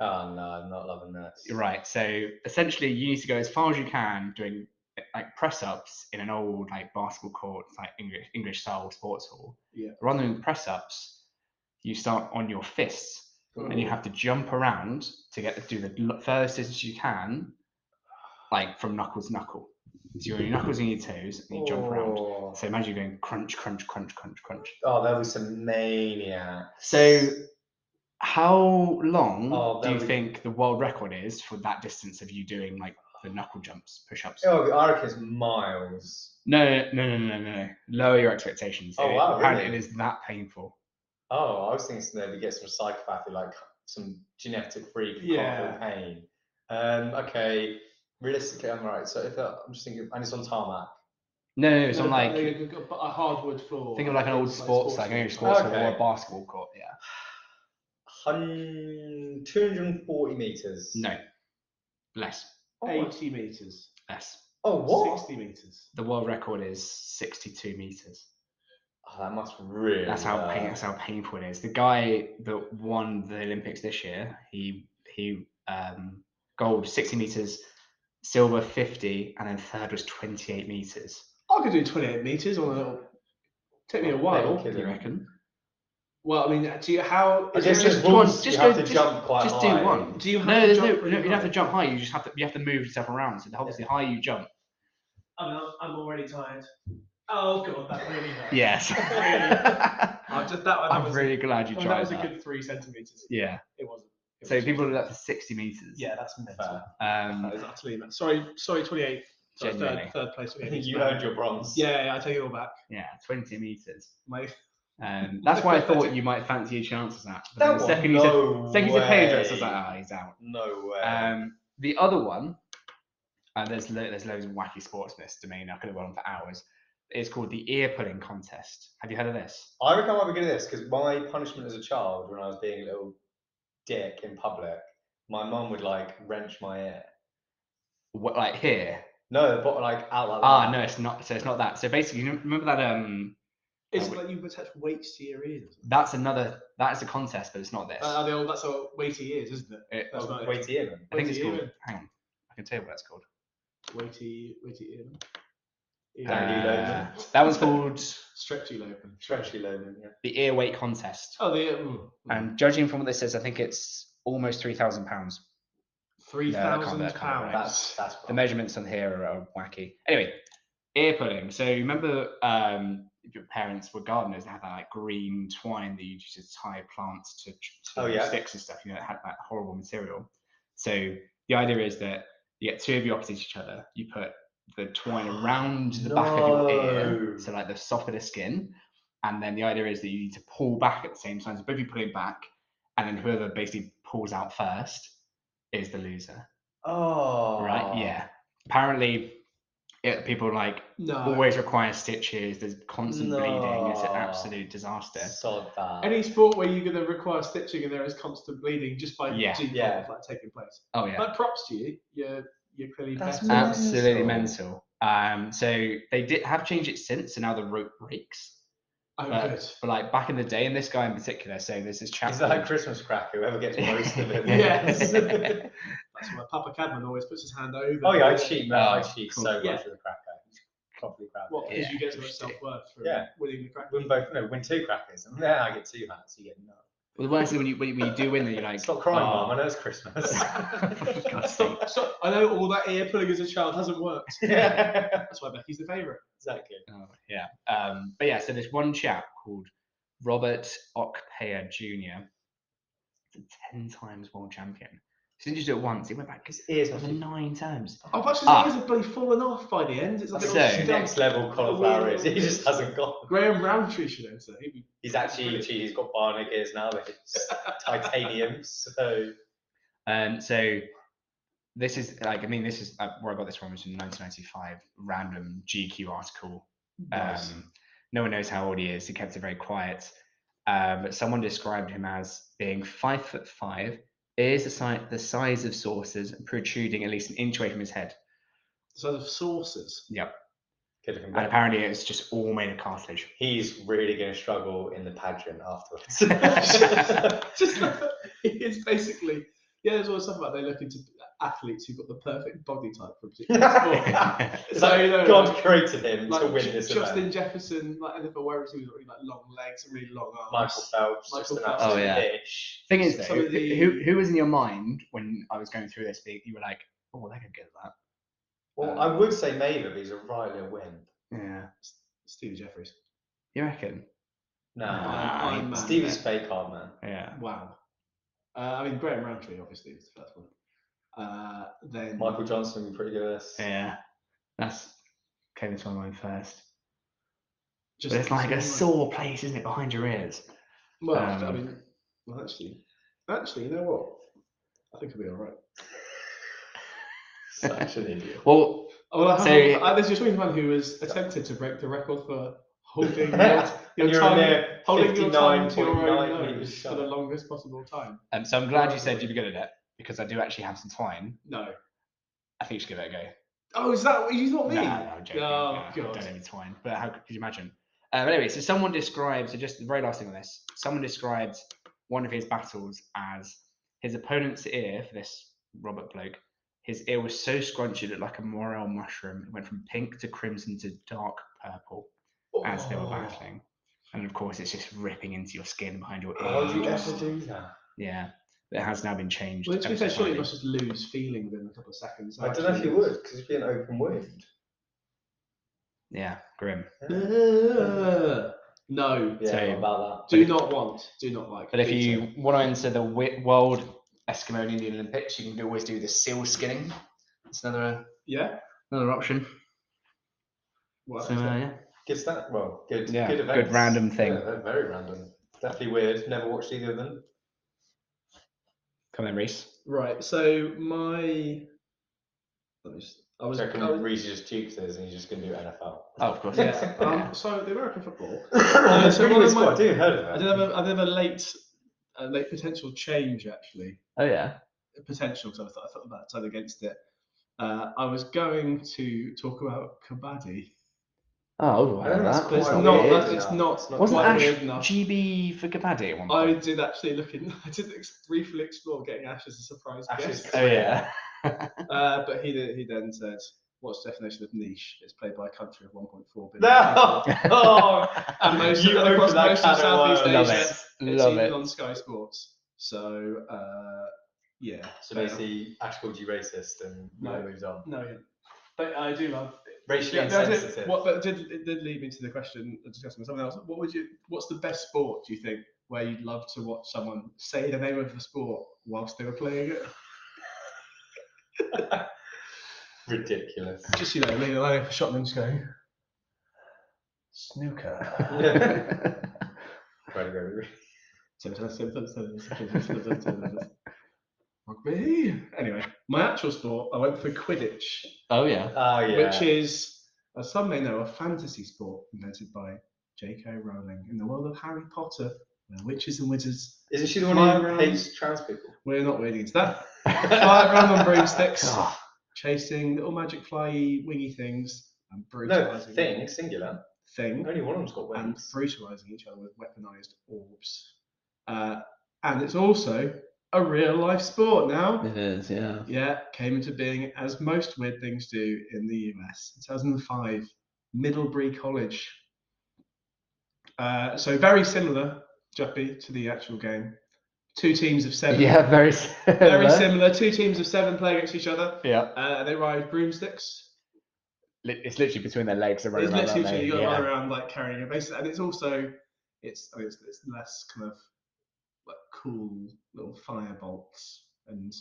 Oh no, I'm not loving this.
Right. So essentially, you need to go as far as you can doing like press ups in an old like basketball court, like English English style sports hall.
Yeah.
Rather than press ups, you start on your fists and you have to jump around to get do the l- furthest distance you can, like from knuckle to knuckle. So you're on your knuckles and your toes, and you jump around.
Oh,
So imagine you're going crunch, crunch, crunch, crunch, crunch.
oh there'll be some maniac.
So How long
Oh,
do you
that we-
think the world record is for that distance of you doing like the knuckle jumps, push ups?
Oh, I reckon it's miles.
No, no, no, no, no, no. Lower your expectations.
Oh,
It-
wow,
Apparently,
really?
it is that painful.
Oh, I was thinking that we get some psychopath who like some genetic freak who
Yeah.
can't feel pain. Um, okay, realistically, I'm right. So if I- I'm just thinking, and it's on tarmac.
No, no, it's on
No,
like
no, you've got a hardwood floor.
think of like an old sports, like an English
court.
sports hall or
Okay.
a basketball court. Yeah.
Hun- 240 meters.
No, less,
Eighty meters.
less.
Oh, what?
Sixty meters.
The world record is sixty-two meters.
Oh, that must really.
That's how pain,
hurt.
that's how painful it is. The guy that won the Olympics this year, he he um gold sixty meters, silver fifty, and then third was twenty-eight meters.
I could do twenty-eight meters on a little. Take me a while.
Kidding.
You reckon?
Well, I mean, do you how?
I
is
guess
there
just
go on,
rules.
just
you have to
go- just-
jump quite
Just
high.
do one.
a- do you have
No,
to
there's
jump
no, you
really
don't you don't have
high?
to jump high. You just have to you have to move yourself around. So the obviously the higher you jump.
I'm, I'm already tired. Oh god, that really hurt.
Yes.
I just that, that
I'm
was,
really glad you
well, that
tried
was
that.
a good three centimeters.
Yeah.
It wasn't. It
So
was-
people are up for 60 meters.
Yeah, that's mental.
Um,
That is utterly mental. Sorry, sorry, 28. Sorry,
Genuinely.
third, third place. 28 meters
you
back.
earned your bronze.
Yeah, yeah, I take it all back.
yeah, 20 meters.
My,
Um, that's why I thought you might fancy your chances at. But then
That
the
one.
second you said,
no
second you said Pedro, so I was
way.
like, ah, he's out.
No way.
Um, the other one, uh, there's lo- there's loads of wacky sports in this domain. I could have gone on for hours. It's called the ear pulling contest. Have you heard of this?
I reckon I might be good at this because my punishment as a child when I was being a little dick in public, my mum would like wrench my ear.
What, like here?
No, but like out like
Ah,
that.
no, it's not. So it's not that. So basically, you remember that um,
It's
Oh,
like you attach weights to your ears.
that's another that's a contest, but it's not this.
Uh, they all, that's all weighty ears, isn't it?
It-
That's not it.
Wait to hear them.
I think
what's
it's
the
called.
ear?
Hang on, I can tell you what that's called.
Weighty, weighty ear. ear.
Dangly
Uh,
Loman.
that one's called
Stretchy lopen.
Stretchy Loman, yeah.
the ear weight contest.
Oh, the mm,
And judging from what this says, I think it's almost three thousand pounds.
three
can't
thousand
work out,
pounds.
right?
That's that's
The
wrong.
measurements on here are, are wacky. Anyway, ear pulling. So you remember um, if your parents were gardeners and had that like green twine that you used to tie plants to, to
Oh, yeah.
sticks and stuff. You know, it had that horrible material. So the idea is that you get two of you opposite each other. You put the twine around the back of your ear,
No.
so like the soft of the skin, and then the idea is that you need to pull back at the same time. So both of you pulling back, and then whoever basically pulls out first is the loser
Oh
right? Yeah. Apparently, it, people like
No.
always require stitches. There's constant bleeding. It's an
Uh. No.
absolute disaster.
Sod that.
Any sport where you're going to require stitching and there is constant bleeding just by
Yeah.
default
Yeah.
of that taking place.
Oh yeah,
But props to you. You're, you're clearly
That's
better.
mad.
absolutely
mental.
mental. Um, so they did have changed it since, so now the rope breaks.
Oh,
But-
good.
But like back in the day, and this guy in particular, so there's this chap.
Is that a
called-
Christmas crack? Whoever gets most of it.
Yes. That's why Papa Cadman always puts his hand over.
oh yeah, I cheat, man. I
Oh,
cheat
cool.
so much
Yeah.
with the cracker. Probably crack.
What? Because
Yeah.
you get so much self worth from
Yeah.
winning the crack.
Win both no, win two crackers. And then I get two hats, you get none.
Well, the worst is when you when you do win, then you're like,
Stop crying,
"Oh."
Mum. I know it's Christmas.
For God's sake.
Stop, stop. I know all that ear pulling as a child hasn't worked.
yeah.
That's why Becky's the favourite.
Exactly.
Oh, yeah. Um, but yeah, so there's one chap called Robert Okpayer Jr. He's a 10 times world champion. So he didn't just do it once, he went back because
Ears
it was
must
a
be
nine times.
Oh, but his
Ah.
ears have bloody fallen off by the end. It's like
So-
little stump.
next level cauliflower is. He just hasn't got.
Graham Roundtree should enter. He'd be
He's actually
Brilliant.
cheated. He's got bionic ears now, but it's titanium. So
Um, so this is like, I mean, this is uh, where I got this from was in 1995, random GQ article.
nice.
Um, no one knows how old he is. He kept it very quiet. Um, but someone described him as being five foot five, ears the, si- the size of saucers, and protruding at least an inch away from his head.
So the sources.
good looking.
And apparently, it's just all made of cartilage.
He's really going to struggle in the pageant afterwards.
Just it's basically yeah. There's all this stuff about they look into athletes who've got the perfect body type for a particular sport.
It's
So,
like
you know,
God created him
like
to win this
Justin
event.
Jefferson, like NFL wherever he was really like long legs and really long arms.
Michael Phelps,
Michael
just an
Phelps.
absolute
Oh, yeah.
bitch.
Thing is, though,
Some of the-
who, who was in your mind when I was going through this? that You were like, "Oh, they could get that."
Well, I would say Maver, but he's a right little wimp.
Yeah,
Steve Jeffries.
you reckon?
No,
Nah.
Iron Man.
Ah, Stevie's fake hard man.
Yeah.
Wow. Uh, I mean, Graham Roundtree obviously was the first one. Uh, then
Michael Johnson would be pretty good at this.
Yeah, that's came to my mind first.
just
But it's like a
someone-
sore place, isn't it, behind your ears?
Well, I
um,
mean, well, actually, actually, you know what? I think I'll be all right.
Such an idiot.
Well,
Oh, Well, I
So-
have, uh, there's just been one who has attempted to break the record for holding your, your
And you're in
time,
there,
holding your time to your
59.9
own nose
meters
for the
shut.
longest possible time.
Um, so I'm glad you said you'd be good at it because I do actually have some twine.
No.
I think you should give it a go.
Oh, is that what you thought me?
No, no, I'm joking.
Oh,
yeah, I
God.
Don't even twine. But how could you imagine? Uh, but anyway, so someone describes, so just the very last thing on this, someone describes one of his battles as his opponent's ear for this Robert bloke. His ear was so scrunched it looked like a morel mushroom. It went from pink to crimson to dark purple as they were
Oh.
battling. And of course, it's just ripping into your skin behind your ear.
How
Oh,
do you
just-
ever do that?
yeah, it has now been changed.
Well, to be
ever so
fair, surely you
slightly.
must just lose feeling within a couple of seconds.
I don't know if you would, because it'd be an open wound.
Yeah, grim.
Ugh. no,
Yeah,
So-
about
do not want, do not like.
But if
pizza.
you want to enter the wi- World Eskimo and Indian Olympics, you can always do the seal skinning. It's another
yeah,
another option.
what
So, uh, yeah.
that. Gives that, well, good,
Yeah,
good
good
events.
random thing.
Yeah, they're very random. Definitely weird. Never watched either of them.
Come in, Reese.
right? So my, let me just, I was,
I reckon
I was-
Reese just dukes this and he's just going to do NFL.
Oh, of course.
yeah.
Yeah.
Um, so the American football.
That's
so
pretty
one
good
of my-
squad. I do heard
I
of
did
that.
have a, I did have a late, a late potential change actually.
Oh, yeah.
Potential, because I thought, I thought about time against it. Uh, I was going to talk about kabaddi.
Oh,
I don't know, that's
But it's
Quite
not.
weird.
That's, it's not.
It's not
Wasn't
quite
Ash
weird enough.
GB for Kabaddi at one
I
point?
did actually look in. I did ex- briefly explore getting Ash as a surprise
Ash is
guest,
great.
oh, yeah.
uh, but he did, he then said, "What's the definition of niche? It's played by a country of 1.4 billion."
No! oh,
and most
You
and across
opened that
most of
can of worms.
Southeast
Love
Asia,
it.
it's
Love
even
it.
on Sky Sports. So uh, yeah,
So basically, Ash called you racist and we
No.
moves on.
no, yeah. but I do love.
Racially
Yeah, but, I did,
insensitive.
what, but it did it did lead me to the question of discussing with someone else? What would you? What's the best sport do you think where you'd love to watch someone say the name of the sport whilst they were playing it?
Ridiculous.
Just you know, leaning over, shotgun, just going. Snooker.
Very, very rude.
Rugby. Anyway, my actual sport, I went for Quidditch,
Oh, yeah.
Oh, yeah.
which is, as some may know, a fantasy sport invented by J.K. Rowling in the world of Harry Potter, where witches and wizards,
Isn't she the one
Fly
who
around.
hates trans people?
we're not really into that, fly around on broomsticks,
Oh,
chasing little magic flyy wingy things, and
No,
brutalizing
thing, singular.
thing.
Only one of them's got
and
wings.
brutalizing each other with weaponized orbs. Uh, and it's also a real life sport now.
it is, yeah.
Yeah, came into being as most weird things do in the US. 2005, Middlebury College. Uh, so very similar, Juppy, to the actual game. Two teams of seven.
Yeah, very
Very
similar.
similar. Two teams of seven play against each other.
Yeah.
Uh, they ride broomsticks.
Li- It's literally between their legs. It's
It's literally just you got to
yeah.
run around like carrying a base, and it's also it's I mean, it's, it's less kind of like cool little fire bolts and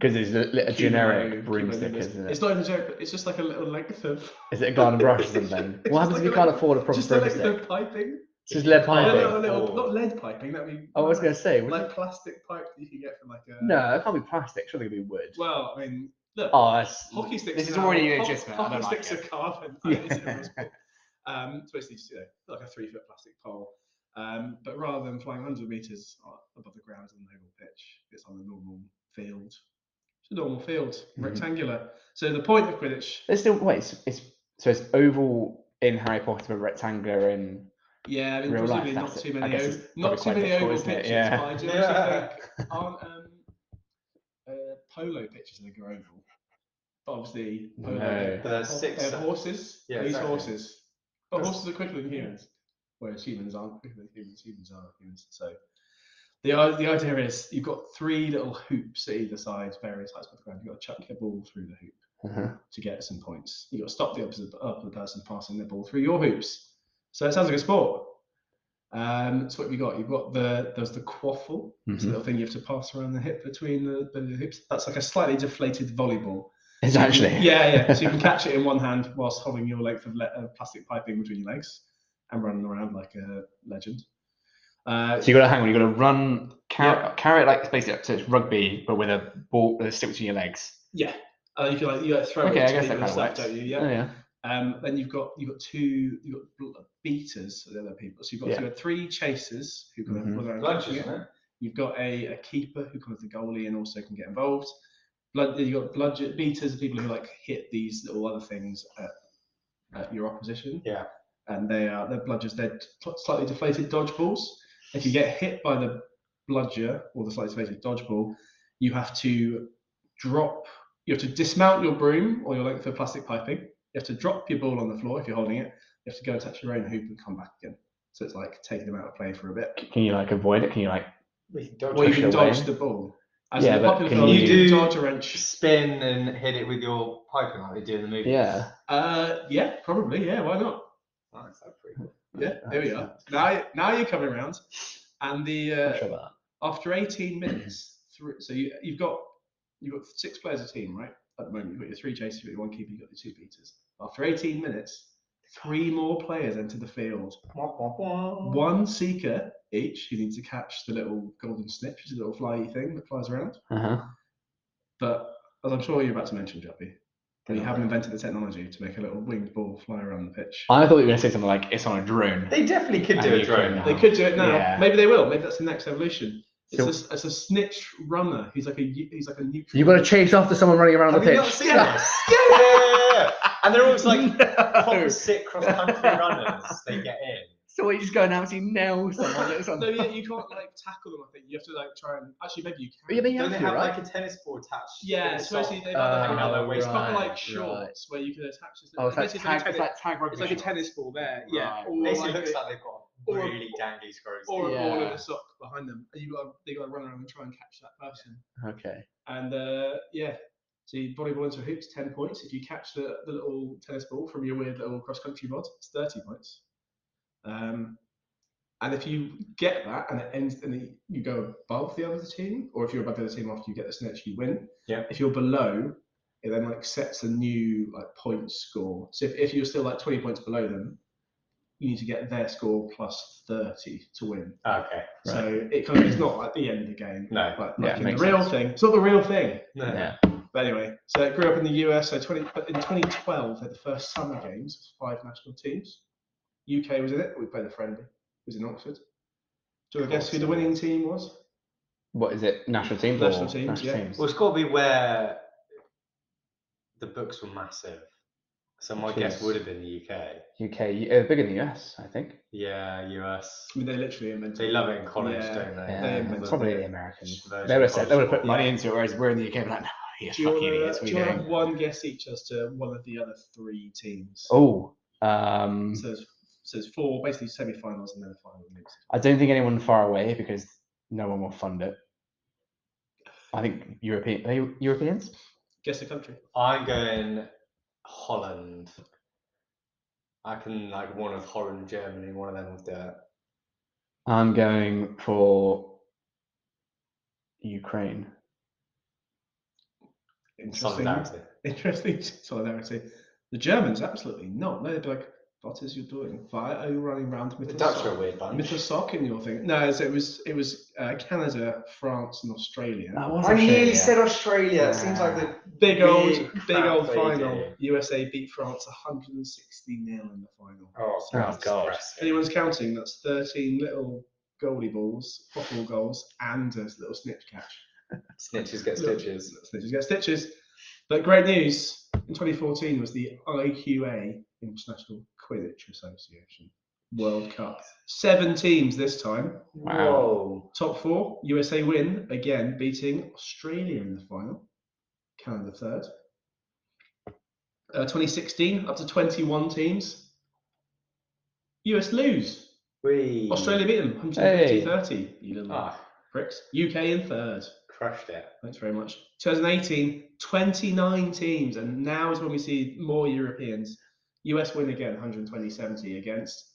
Because it's a, a generic
cumulonimbus.
broomstick, isn't it?
It's not even a joke, but it's just like a little length of
Is it a garden brush or something?
It's
what happens
just
if you
like
can't
a-
afford a proper
just a length
broomstick?
of piping.
It's just lead
Yeah,
piping. Oh,
little- little-
Oh.
not lead piping. That'd be
I was going
like,
to say, would you-
like plastic pipe that you can get from like a
no, it can't be plastic. Surely it could be wood.
Well, I mean, look,
oh, that's,
hockey sticks.
this is
now-
already
ho-
legitimate. I
Hockey
don't like
sticks
it.
are carbon. I mean, it's
Yeah.
a real Um, it's basically just you know, like a three foot plastic pole. Um, but rather than flying 100 meters above the ground on the normal pitch, it's on a normal field. It's a normal field,
Mhm.
rectangular. So the point of Quidditch,
It's still wait. It's, it's so it's oval in Harry Potter, but rectangular in.
yeah, I mean,
Real life,
presumably not
that's
too
it. I
many,
guess
o-
it's probably
not too
quite
many
difficult,
oval
isn't it?
pitches.
Yeah.
But I do
Yeah.
actually think aren't um, uh, polo pitches that go oval. But obviously, polo,
No.
But there's
Hor-
six
they have
sets.
horses.
Yeah,
these
exactly.
horses. But
That's-
horses are quicker than humans, whereas humans aren't quicker than humans. Humans are humans. So the i- the idea is you've got three little hoops at either side, various heights above the ground. You've got to chuck your ball through the hoop
Mm-hmm.
to get some points. You've got to stop the opposite, opposite person passing their ball through your hoops. So it sounds like a sport. Um, so what have you got? You've got the there's the quaffle, it's a
Mhm.
little thing you have to pass around the hip between the, the hips. That's like a slightly deflated volleyball.
It's actually.
Yeah, yeah. So you can catch it in one hand whilst holding your length of le- uh, plastic piping between your legs and running around like a legend. Uh,
So you got to hang on. You got to run, car- carry it like basically so it's rugby, but with a ball with a stick between your legs.
yeah, uh, you can like you like throw
Okay, I
it
guess
to
that
people
kinda
and stuff,
works.
don't you? Yeah.
Oh, yeah.
Um, then you've got you've got two you've got bl- beaters, so the other people. So you've got,
Yeah.
you got three chasers who can
Mhm.
run around
Lunch,
catching it.
isn't it?
eh? You've got a, a keeper who covers the goalie and also can get involved. Blood, you've got bludgeon beaters, people who like hit these little other things at, at your opposition.
Yeah.
And they are they're bludgers. They're t- slightly deflated dodgeballs. If you get hit by the bludger or the slightly deflated dodgeball, you have to drop. You have to dismount your broom or your length of plastic piping. You have to drop your ball on the floor if you're holding it. You have to go and touch your own hoop and come back again. So it's like taking them out of play for a bit.
Can you like avoid it? Can you like?
We can dodge
Well, you
it.
can
away.
dodge the ball. As
Yeah,
in the
but
popular
can
film,
you
you
do-
do dodge a wrench.
spin and hit it with your piping like they do in the movie.
Yeah.
Uh, yeah, probably. Yeah, why not?
Nice, that's pretty cool.
Yeah, there we are. Now, now you're coming around, and the
Not
uh,
sure about
after 18 minutes, three, so you, you've got you've got six players a team, right? At the moment, you've got your three chasers, you've got your one keeper, you've got your two beaters. After 18 minutes, three more players enter the field.
Wah, wah, wah.
One seeker each who needs to catch the little golden snitch, which is a little flyy thing that flies around.
that. Uh-huh.
But as I'm sure you're about to mention, Jappy,
Don't
We
know.
haven't invented the technology to make a little winged ball fly around the pitch.
I thought you were going to say something like it's on a drone.
They definitely could
I
do a
mean,
drone.
yeah.
They could do it now.
Yeah.
Maybe they will. Maybe that's the next evolution. It's,
So-
a, s- it's a snitch runner. He's like a u- he's like a neutral.
You've got to chase after someone running around
Have
the
you
pitch.
not seen this? Yeah, yeah, yeah, yeah. And they're always like proper sick cross country runners. They get in.
So what, you just go and actually nail someone that's on
no, you, you can't like tackle them. I think you have to like try and actually maybe you can.
Yeah, but you
Don't
have
they
to,
have
right?
like a tennis ball attached? to
Yeah,
the
so
sock?
actually they've
Uh,
got
how
like,
they
it's proper
right,
like shorts where you can attach. This,
Oh, it's like,
basically
tag,
a
it's
tennis,
like tag rugby.
it's like a
shorts.
tennis ball there. Yeah,
Right.
or
Basically,
like
looks
a-
like they've got
or a-
really dangly screws.
or a ball in
Yeah.
a sock behind them, and you got they got to run around and try and catch that person.
Okay.
And uh, yeah, so you volleyball into hoops, 10 points. If you catch the, the little tennis ball from your weird little cross country bod, it's 30 points. Um, and if you get that and it ends, and it- you go above the other team, or if you're above the other team after you get the snitch, you win.
Yeah.
If you're below, it then like sets a new like point score. So if, if you're still like 20 points below them, you need to get their score plus 30 to win.
Okay.
So it kind of it's not like the end of the game.
No.
Like,
Yeah,
like in the
makes
real
sense.
thing. It's not the real thing.
No.
Yeah.
But anyway, so it grew up in the US. So 20, but in 2012, they had the first summer games, five national teams. UK was in it. We played a friendly. It was in Oxford. Do you want to guess who the winning team was?
What is it? National teams.
National
or
teams,
National
yeah.
teams.
Well, it's got to be where the books were massive. So my guess
Jeez.
would have been the UK.
UK. Uh, bigger than the US, I think.
Yeah, US.
I mean, they literally invented
They love it in college,
Yeah.
don't they?
Yeah,
invented
But-
it's probably the Americans.
Those
They would have
are
said they would have put
possible.
money into it, whereas we're in the UK. We're like, no, yes,
Do you
fuck
wanna-
you, idiots.
do
We
you want to have
don't.
one guess each as to one of the other three teams?
Oh, um,
So there's, so there's four, basically semi-finals and then a final. mixed.
I don't think anyone far away because no one will fund it. I think European are you Europeans.
Guess the country.
I'm going Holland. I can like one of Holland, Germany, one of them uh, will do it.
I'm going for Ukraine.
Interesting.
Solidarity.
Interesting solidarity. The Germans, absolutely not. No, they'd be like, what is you doing? Why are you running around with
The
a
Dutch
sock?
are a weird bunch.
With a sock in your thing? No, so it was it was uh, Canada, France, and Australia.
That was Australia.
Australia.
It seems like the-
Big old,
Big
big
crap
old
they
final.
did.
USA beat France 160 nil in the final.
Oh,
Oh,
that's
God.
depressing.
If anyone's counting, that's 13 little goalie balls, football goals, and a little snitch catch.
Snitches get
Little-
stitches.
Snitches get stitches. But great news in 2014 was the IQA International Quidditch Association World Cup. Seven teams this time.
Wow.
Whoa.
Top four, USA win again, beating Australia in the final. Canada third. Uh, 2016, up to 21 teams. US lose.
We
Australia beat them 150
Hey.
30. You little
Hmm. Ah,
pricks. UK in third.
crushed it.
Thanks very much. 2018, 29 teams, and now is when we see more Europeans. US win again, 120 70 against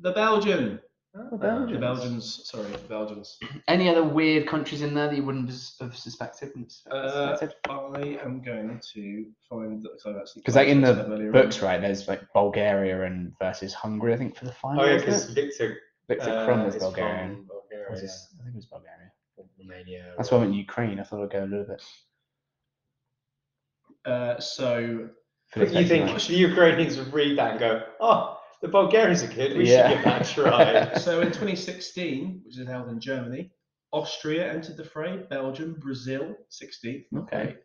the Belgian.
Oh,
Belgium.
The Belgians, sorry, the Belgians.
Any other weird countries in there that you wouldn't have- have suspected? Wouldn't
Uh,
have suspected?
I am going to find because I've actually
'Cause, like, in
I
the
said earlier on.
Books right. There's like Bulgaria and versus Hungary. I think for the final.
Oh, yeah,
isn't it?
because Victor
Victor
uh,
Krum was
is
Bulgarian.
from Bulgaria,
Was
yeah,
this- I think it was Bulgaria.
or Romania.
That's
or-
why I went Ukraine. I thought I'd go a little bit.
Uh, so
But you think
Right.
the Ukrainians would read that and go, "Oh, the Bulgarians are good. We
Yeah.
should give that a try."
so in 2016, which is held in Germany, Austria entered the fray, Belgium, Brazil, 16th. not
Okay.
great.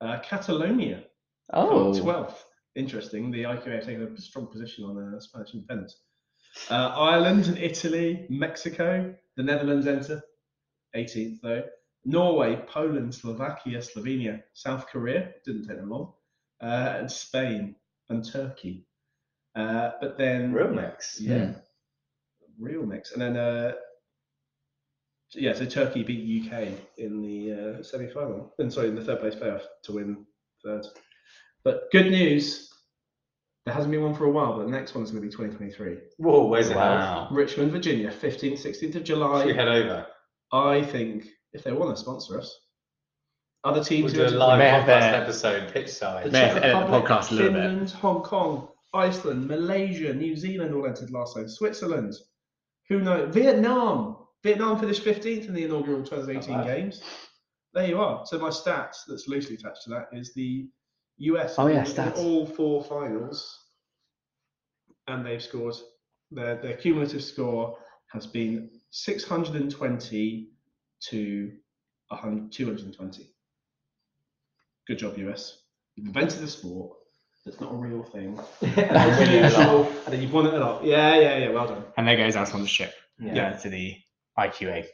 Uh, Catalonia,
Oh,
fell 12th. Interesting. The IQA have taken a strong position on uh, Spanish independence. Uh, Ireland and Italy, Mexico, the Netherlands enter, 18th though. Norway, Poland, Slovakia, Slovenia, South Korea, didn't take them long, uh, and Spain and Turkey. Uh, but then
Real mix.
yeah. Real mix. And then, uh, yeah, so Turkey beat UK in the uh, semi final. And sorry, in the third place playoff to win third. But good news there hasn't been one for a while, but the next one's going to be 2023.
Whoa, where's
wow.
Richmond, Virginia, 15th,
it now?
16th of
Should we
July.
head over?
I think if they want to sponsor us, other teams
We'll
who
do a
enter-
live
May have
podcast
their-
episode, pitch side.
the
May have
Czech
to edit the
Republic,
podcast a little bit.
Finland, Hong Kong, Iceland, Malaysia, New Zealand all entered last time. Switzerland, who knows? Vietnam. Vietnam finished 15th in the inaugural 2018
Not bad.
games. There you are. So my stats that's loosely attached to that is the US
Oh, yeah,
in
stats.
all four finals, and they've scored. Their their cumulative score has been 620 to 100, 220. Good job, US. You've invented a sport that's not a real thing.
We'll win it a lot.
Unusual, and you've won it a lot. Yeah, yeah, yeah. Well done.
And there goes our sponsorship
uh,
Yeah.
yeah. to the IQA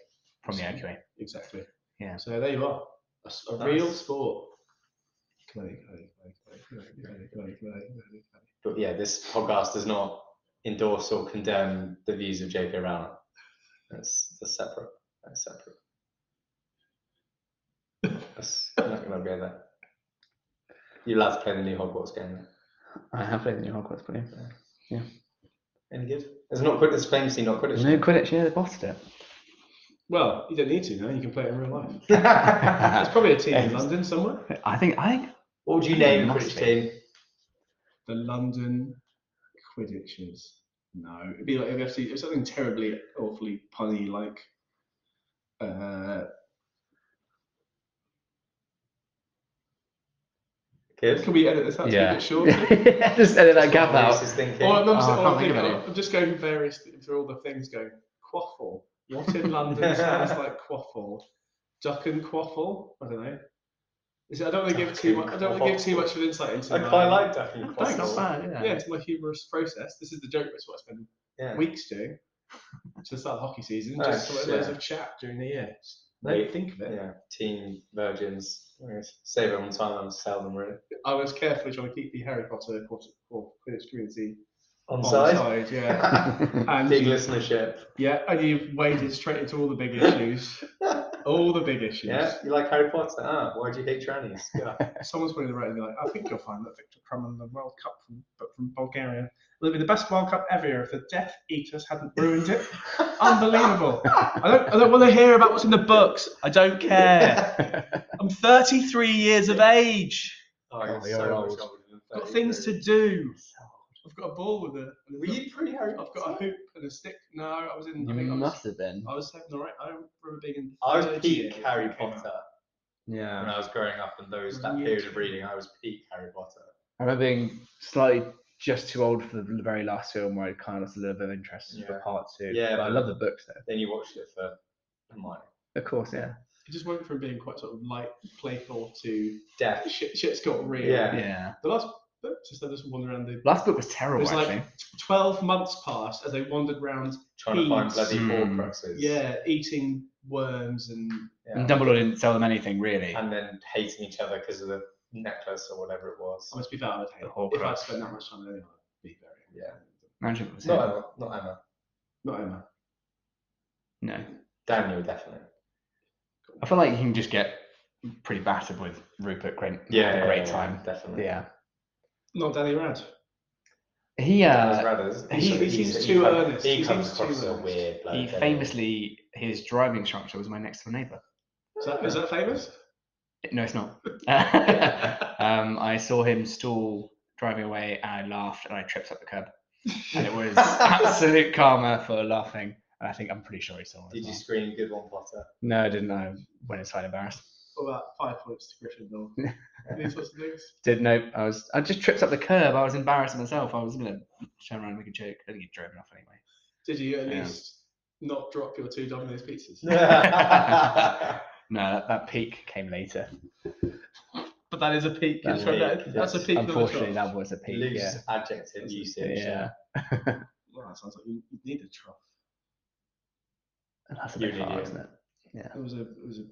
from the IQA.
Exactly.
Yeah.
So there you are. A, s- a
Nice.
real sport. Clay, clay, clay, clay, clay, clay, clay, clay, clay, clay.
But yeah, this podcast does not endorse or condemn the views of J.K. Rowling. That's, that's separate. That's separate. That's I'm not going to go there. You'll have to play the new Hogwarts game.
I have played the new Hogwarts game.
Any good? There's not Quidditch. There's famously not Quidditch.
No Quidditch, yeah, they bottled it.
Well, you don't need to now. You can play it in real life. There's
what
probably a team
Yeah.
in London somewhere.
I think I think
would you name a
Must
Quidditch
be.
team?
The London Quidditches. No, it'd be like it'd have to, it's something terribly, awfully punny like. Uh,
Good.
can we edit this out to
Yeah.
keep it short?
just edit that gap
What Reece
out.
is thinking.
Or, no, I'm, just,
Oh, I
all
can't
I'm,
think of
thinking-
any.
I'm just going various through all the things going quaffle. What in London sounds like quaffle? Duck and quaffle? I don't know. Is it, I don't want to give
Duck
too
and
much. I don't want to give too
quaffle.
much of an insight into.
I
my-
quite like Duck and
Thanks.
Quaffle.
bad,
Yeah, into my humorous process. This is the joke. That's what I spend
Yeah.
weeks doing to start the hockey season.
Oh,
Just like loads
shit.
of chat during the year. Just
No.
Don't think of it.
yeah. Team Virgins. Save them on time and sell them really.
I was carefully trying to keep the Harry Potter quarter, or Quidditch community
On
on
side.
side, yeah. And
Big
you-
listenership.
Yeah, and you've waded straight into all the big issues. all the big issues.
Yeah, you like Harry Potter? Ah, why do you hate trannies? Yeah.
Someone's putting the right and be like, I think you'll find that Victor Crumb won the World Cup from, but from Bulgaria will be the best World Cup ever if the Death Eaters hadn't ruined it. Unbelievable. I don't, I don't want to hear about what's in the books. I don't care. I'm 33 years of age.
Oh, I got
you're
so
old.
much older than
I've got
33.
things to do. I've got a ball with a. and
Were you pretty Harry
I've got a
Potter?
hoop and a stick. No, I was in. I,
You
think I was,
must have been.
I was having all right. I don't remember being in.
I was
third year
peak
when
Harry
it came out.
Potter when
Yeah.
I was growing up, and those that
Yeah.
period of reading, I was peak Harry Potter.
I remember being slightly just too old for the very last film where I kind of lost a little bit of interest for
Yeah.
part two.
Yeah,
but I
but-
love the books though.
Then you watched it for Hermione.
Of course, yeah.
It just went from being quite sort of light, playful to
Death.
shit, shit's got real.
Yeah.
Yeah.
The last book, just they just wandered around the.
Last book was
It
terrible
was
actually.
like twelve months passed as they wandered around.
Trying to find bloody
Hmm.
Horcruxes.
Yeah, eating worms and
Yeah.
And Dumbledore didn't sell them anything really.
and then hating each other because of the necklace or whatever it was.
I must be fair, I would hate
The
it.
Oh,
Horcrux.
if I spent that much time with anyone, I'd be very.
Yeah.
Imagine if it was
Not
him.
Emma. Not Emma.
Not Emma.
No.
Daniel definitely.
I feel like you can just get pretty battered with Rupert Grint. Have a great time.
Definitely.
Yeah.
Not Danny Rad.
He uh,
Whereas Rathers,
he-
sort of-
he seems
he's-
too
he come-
earnest.
He
He
comes
seems too
across as a
earnest.
weird bloke.
he
doesn't
famously his driving instructor was my next door neighbour.
Is that, is that famous?
No, it's not. um, I saw him stall driving away, and I laughed, and I tripped up the curb, and it was absolute karma for laughing. And I think I'm pretty sure he saw it. as
Did you
well.
scream good one Potter?
No, I didn't. I went inside embarrassed.
All about five points to Gryffindor. These sorts of things.
Did nope. I was. I just tripped up the curb. I was embarrassed of myself. I was gonna turn around and make a joke. I think he'd driven off anyway.
Did you at
Yeah.
least not drop your two Domino's pizzas?
No, that, that peak came later.
But that is a peak.
That's
That's, right.
peak,
that's a
yes.
peak. not a
Unfortunately,
trough.
that was a peak.
Loose
yeah.
adjective usage.
Yeah.
Well, that sounds like you you need a trough.
And that's a
You
bit
need
far,
you.
isn't it?
It was a. It was a.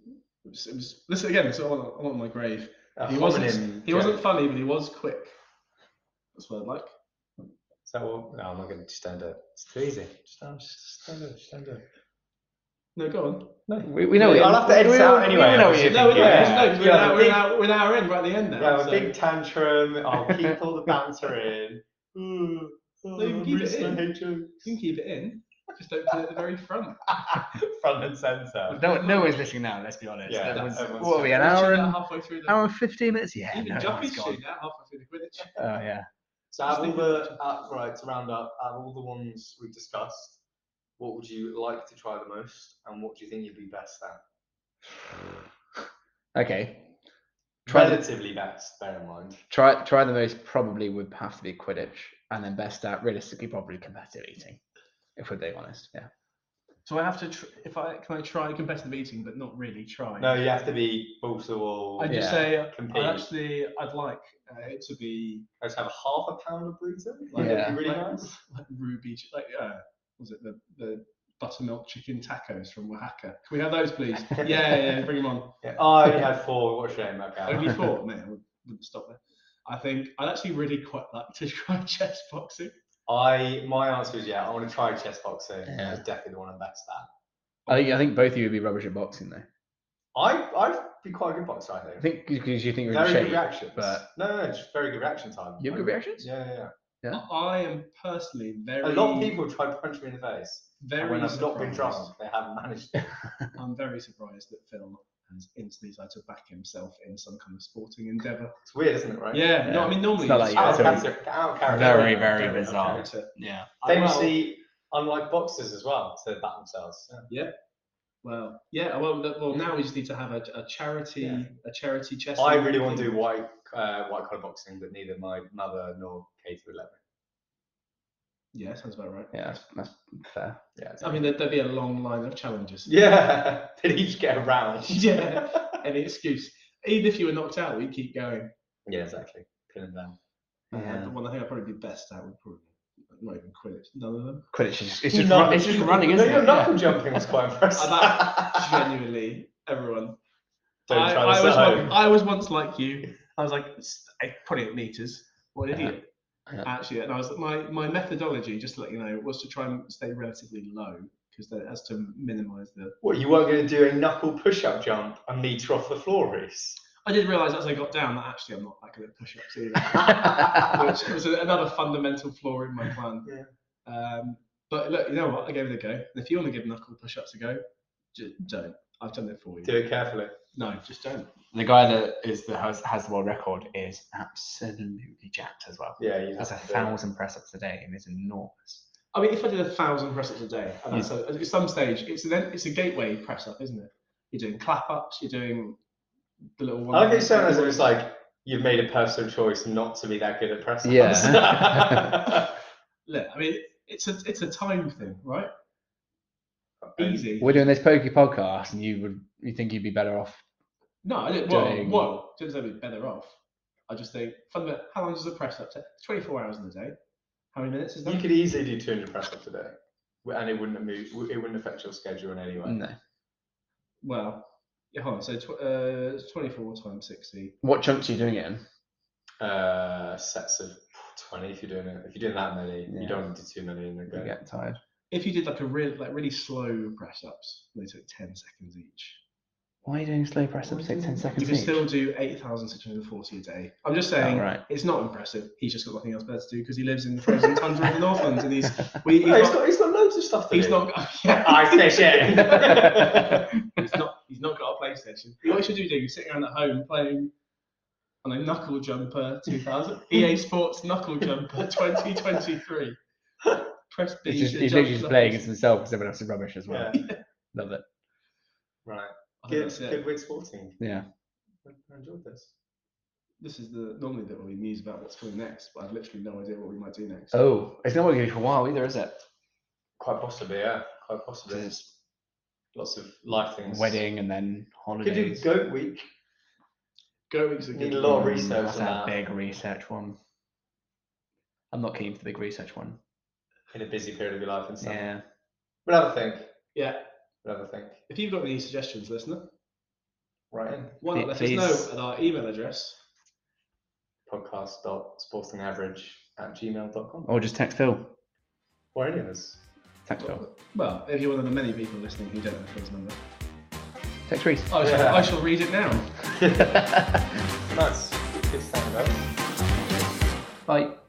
It was, it was, this again. So I'm on, I'm on my grave.
A
He wasn't.
homonym
He
joke.
wasn't funny, but he was quick. That's what I like.
Is that what? No, I'm not going to just don't do it. It's too easy. Just don't, just don't do it. Just don't do it.
No, go on.
We, we know. what-
I'll have to edit
we,
it out
we- we
anyway,
know what you're
obviously.
No, we're,
thinking.
Yeah.
no, 'cause we're,
Yeah,
now,
but
we're,
big-
now, we're now in right at the end now.
Yeah, a
so-
big tantrum. I'll keep all the banter in. Ooh, oh,
you
I
keep it
miss my
in.
head jokes.
You can keep it in. Just don't put it at the very front.
Front and centre.
No, no one's listening now. Let's be honest.
Yeah,
Everyone's-
everyone's
what are we? An
We're actually
hour
now
and
halfway through the.
hour and fifteen minutes? Yeah.
even
no,
Joffrey's
it's gone.
shooting now halfway through the Quidditch.
Oh yeah.
So, out of all the, uh, right, to round up, out of all the ones we discussed, what would you like to try the most and what do you think you'd be best at?
Okay. Try the,
Relatively best, bear in mind.
try try the most probably would have to be Quidditch, and then best at realistically probably competitive eating, if we're being honest. Yeah.
So I have to. Tr- if I can, I try competitive eating, but not really try.
No, you have to be balls to the wall.
I
Yeah.
just say I
Compete.
actually I'd like uh, it to be
Let's have half a pound of bruiser. Like,
Yeah.
That'd be really
like,
nice.
like ruby ch- like uh, was it the the buttermilk chicken tacos from Oaxaca? Can we have those, please? yeah, yeah, yeah, bring them on.
Yeah. Oh, I only had four. What a shame. Okay.
Only four, man. Would, would stop there. I think I'd actually really quite like to try chess boxing.
I my answer is yeah. I want to try chess boxing.
Yeah.
That's definitely the one I'm best at.
I think I think both of you would be rubbish at boxing though.
I I'd be quite a good boxer. I think.
I think because you think you're in
very
shape.
good reactions.
but-
no, no, no, just very good reaction time.
You have good reactions?
Yeah, yeah,
Yeah.
I am personally very
yeah. A lot of people try to punch me in the face.
very
and when I've not
surprised.
been drunk, they haven't managed. to.
I'm very surprised that Phil has instantly decided to back himself in some kind of sporting endeavour.
It's weird, isn't it? Right?
Yeah, no,
Yeah.
I mean normally
It's not
you
like
just-
you-
Out of
so-
character. Out of character.
Very,
Out of
very
character.
bizarre.
character.
Yeah.
Famously, unlike boxers as well, so they bat themselves. Yeah.
Well, yeah. Well, th- well, now we just need to have a, a charity,
Yeah.
a charity chess.
I really want to do white uh, white collar boxing, but neither my mother nor Katie would let me.
Yeah, sounds about right.
Yeah, that's, that's fair.
Yeah.
I mean, there'd, there'd be a long line of challenges.
yeah, did each get a round?
Yeah. Any excuse, even if you were knocked out, we'd keep going.
yeah, exactly. Pin them down.
Uh,
Yeah.
the one I think I'd probably be best at would probably not even Quidditch. None of them.
Quidditch is it's just,
No,
run, it's just running,
No,
isn't
your
it?
knuckle
Yeah.
jumping was quite impressive.
Genuinely, everyone.
Don't
I,
try
I
this
was
at
one,
home.
I was once like you. I was like, "S- eh, I- probably at meters. What an
Yeah.
idiot.
Yeah.
Actually, and I was my my methodology, just to let you know, was to try and stay relatively low because that has to minimise the
What, you weren't going to do a knuckle push-up jump a metre off the floor, Reese?
I did realise as I got down that actually I'm not that good at push-ups either,
yeah,
which was another fundamental flaw in my plan.
Yeah.
Um, but look, you know what? I gave it a go. And if you want to give knuckle push-ups a go, just don't. I've done it for you.
do it carefully.
No, just don't.
the guy that is the has, has the world record is absolutely jacked as well.
Yeah, you
That's a
have to.
thousand press ups a day and it's enormous.
I mean, if I did a thousand press-ups a day, and
Hmm.
that's a, at some stage, it's an, it's a gateway press-up, isn't it? You're doing clap-ups. You're doing the little
I
one.
like how you sound as if it's like you've made a personal choice not to be that good at press-ups.
Yeah.
Look, I mean, it's a it's a time thing, right?
Easy.
Easy.
We're doing this pokey podcast and you would you think you'd be better off
No, I didn't. Well,
doing-
well, didn't say we'd better off. I just think, fundamental, how long does a press up take? It's 24 hours in a day. How many minutes is that?
You could easily do 200 press-ups a day, and it wouldn't move. It wouldn't affect your schedule in any way.
no.
Well, yeah, hold on. So tw- uh, 24 times 60.
What chunks are you doing it in?
uh, sets of 20 if you're doing it. If you're doing that many,
Yeah.
you don't want to do too many in a
You
go.
get tired.
If you did like a real, like really slow press ups, they took 10 seconds each.
Why are you doing slow press ups take 10
You
seconds
can
each?
still do 8,640 a day. I'm just saying,
Oh, right.
it's not impressive. He's just got nothing else better to do because he lives in the frozen tundra of the Northlands and he's, we, he's,
No, he's
not,
got, he's got loads of stuff to
he's
do.
not, yeah,
I say shit.
he's not, he's not got a PlayStation. What he should do, do is sitting around at home playing on a Knuckle Jumper 2000, EA Sports Knuckle Jumper 2023. Press B.
He's,
to
just, he's
jump
literally
to
just
the
playing
house.
against himself because everyone else is rubbish as well. Love it.
right.
I think
Good,
Oh, that's it.
good with sporting.
Yeah.
I I enjoyed this.
This is the normally that we muse about what's coming next, but I've literally no idea what we might do next.
Oh, it's not going to be for a while either, is it?
Quite possibly, yeah. Quite possibly.
There's
Lots of life things.
wedding and then
Could do
holidays.
goat week.
Go weeks
Need
again.
a lot of
Mm,
research
That's
on
a
that.
big research one. I'm not keen for the big research one.
In a busy period of your life and stuff.
Yeah.
We'll have a think.
Yeah.
We'll have a think.
If you've got any suggestions, listener,
Right in.
why not let
Please-
us know at our email address.
Podcast.sportingaverage at gmail.com.
Or just text Phil.
Or any of us.
Text Phil.
Well, if you're one of the many people listening who don't know Phil's number,
Text Reese.
I shall,
Yeah.
I shall read it now.
Nice. Good stuff, guys.
Bye.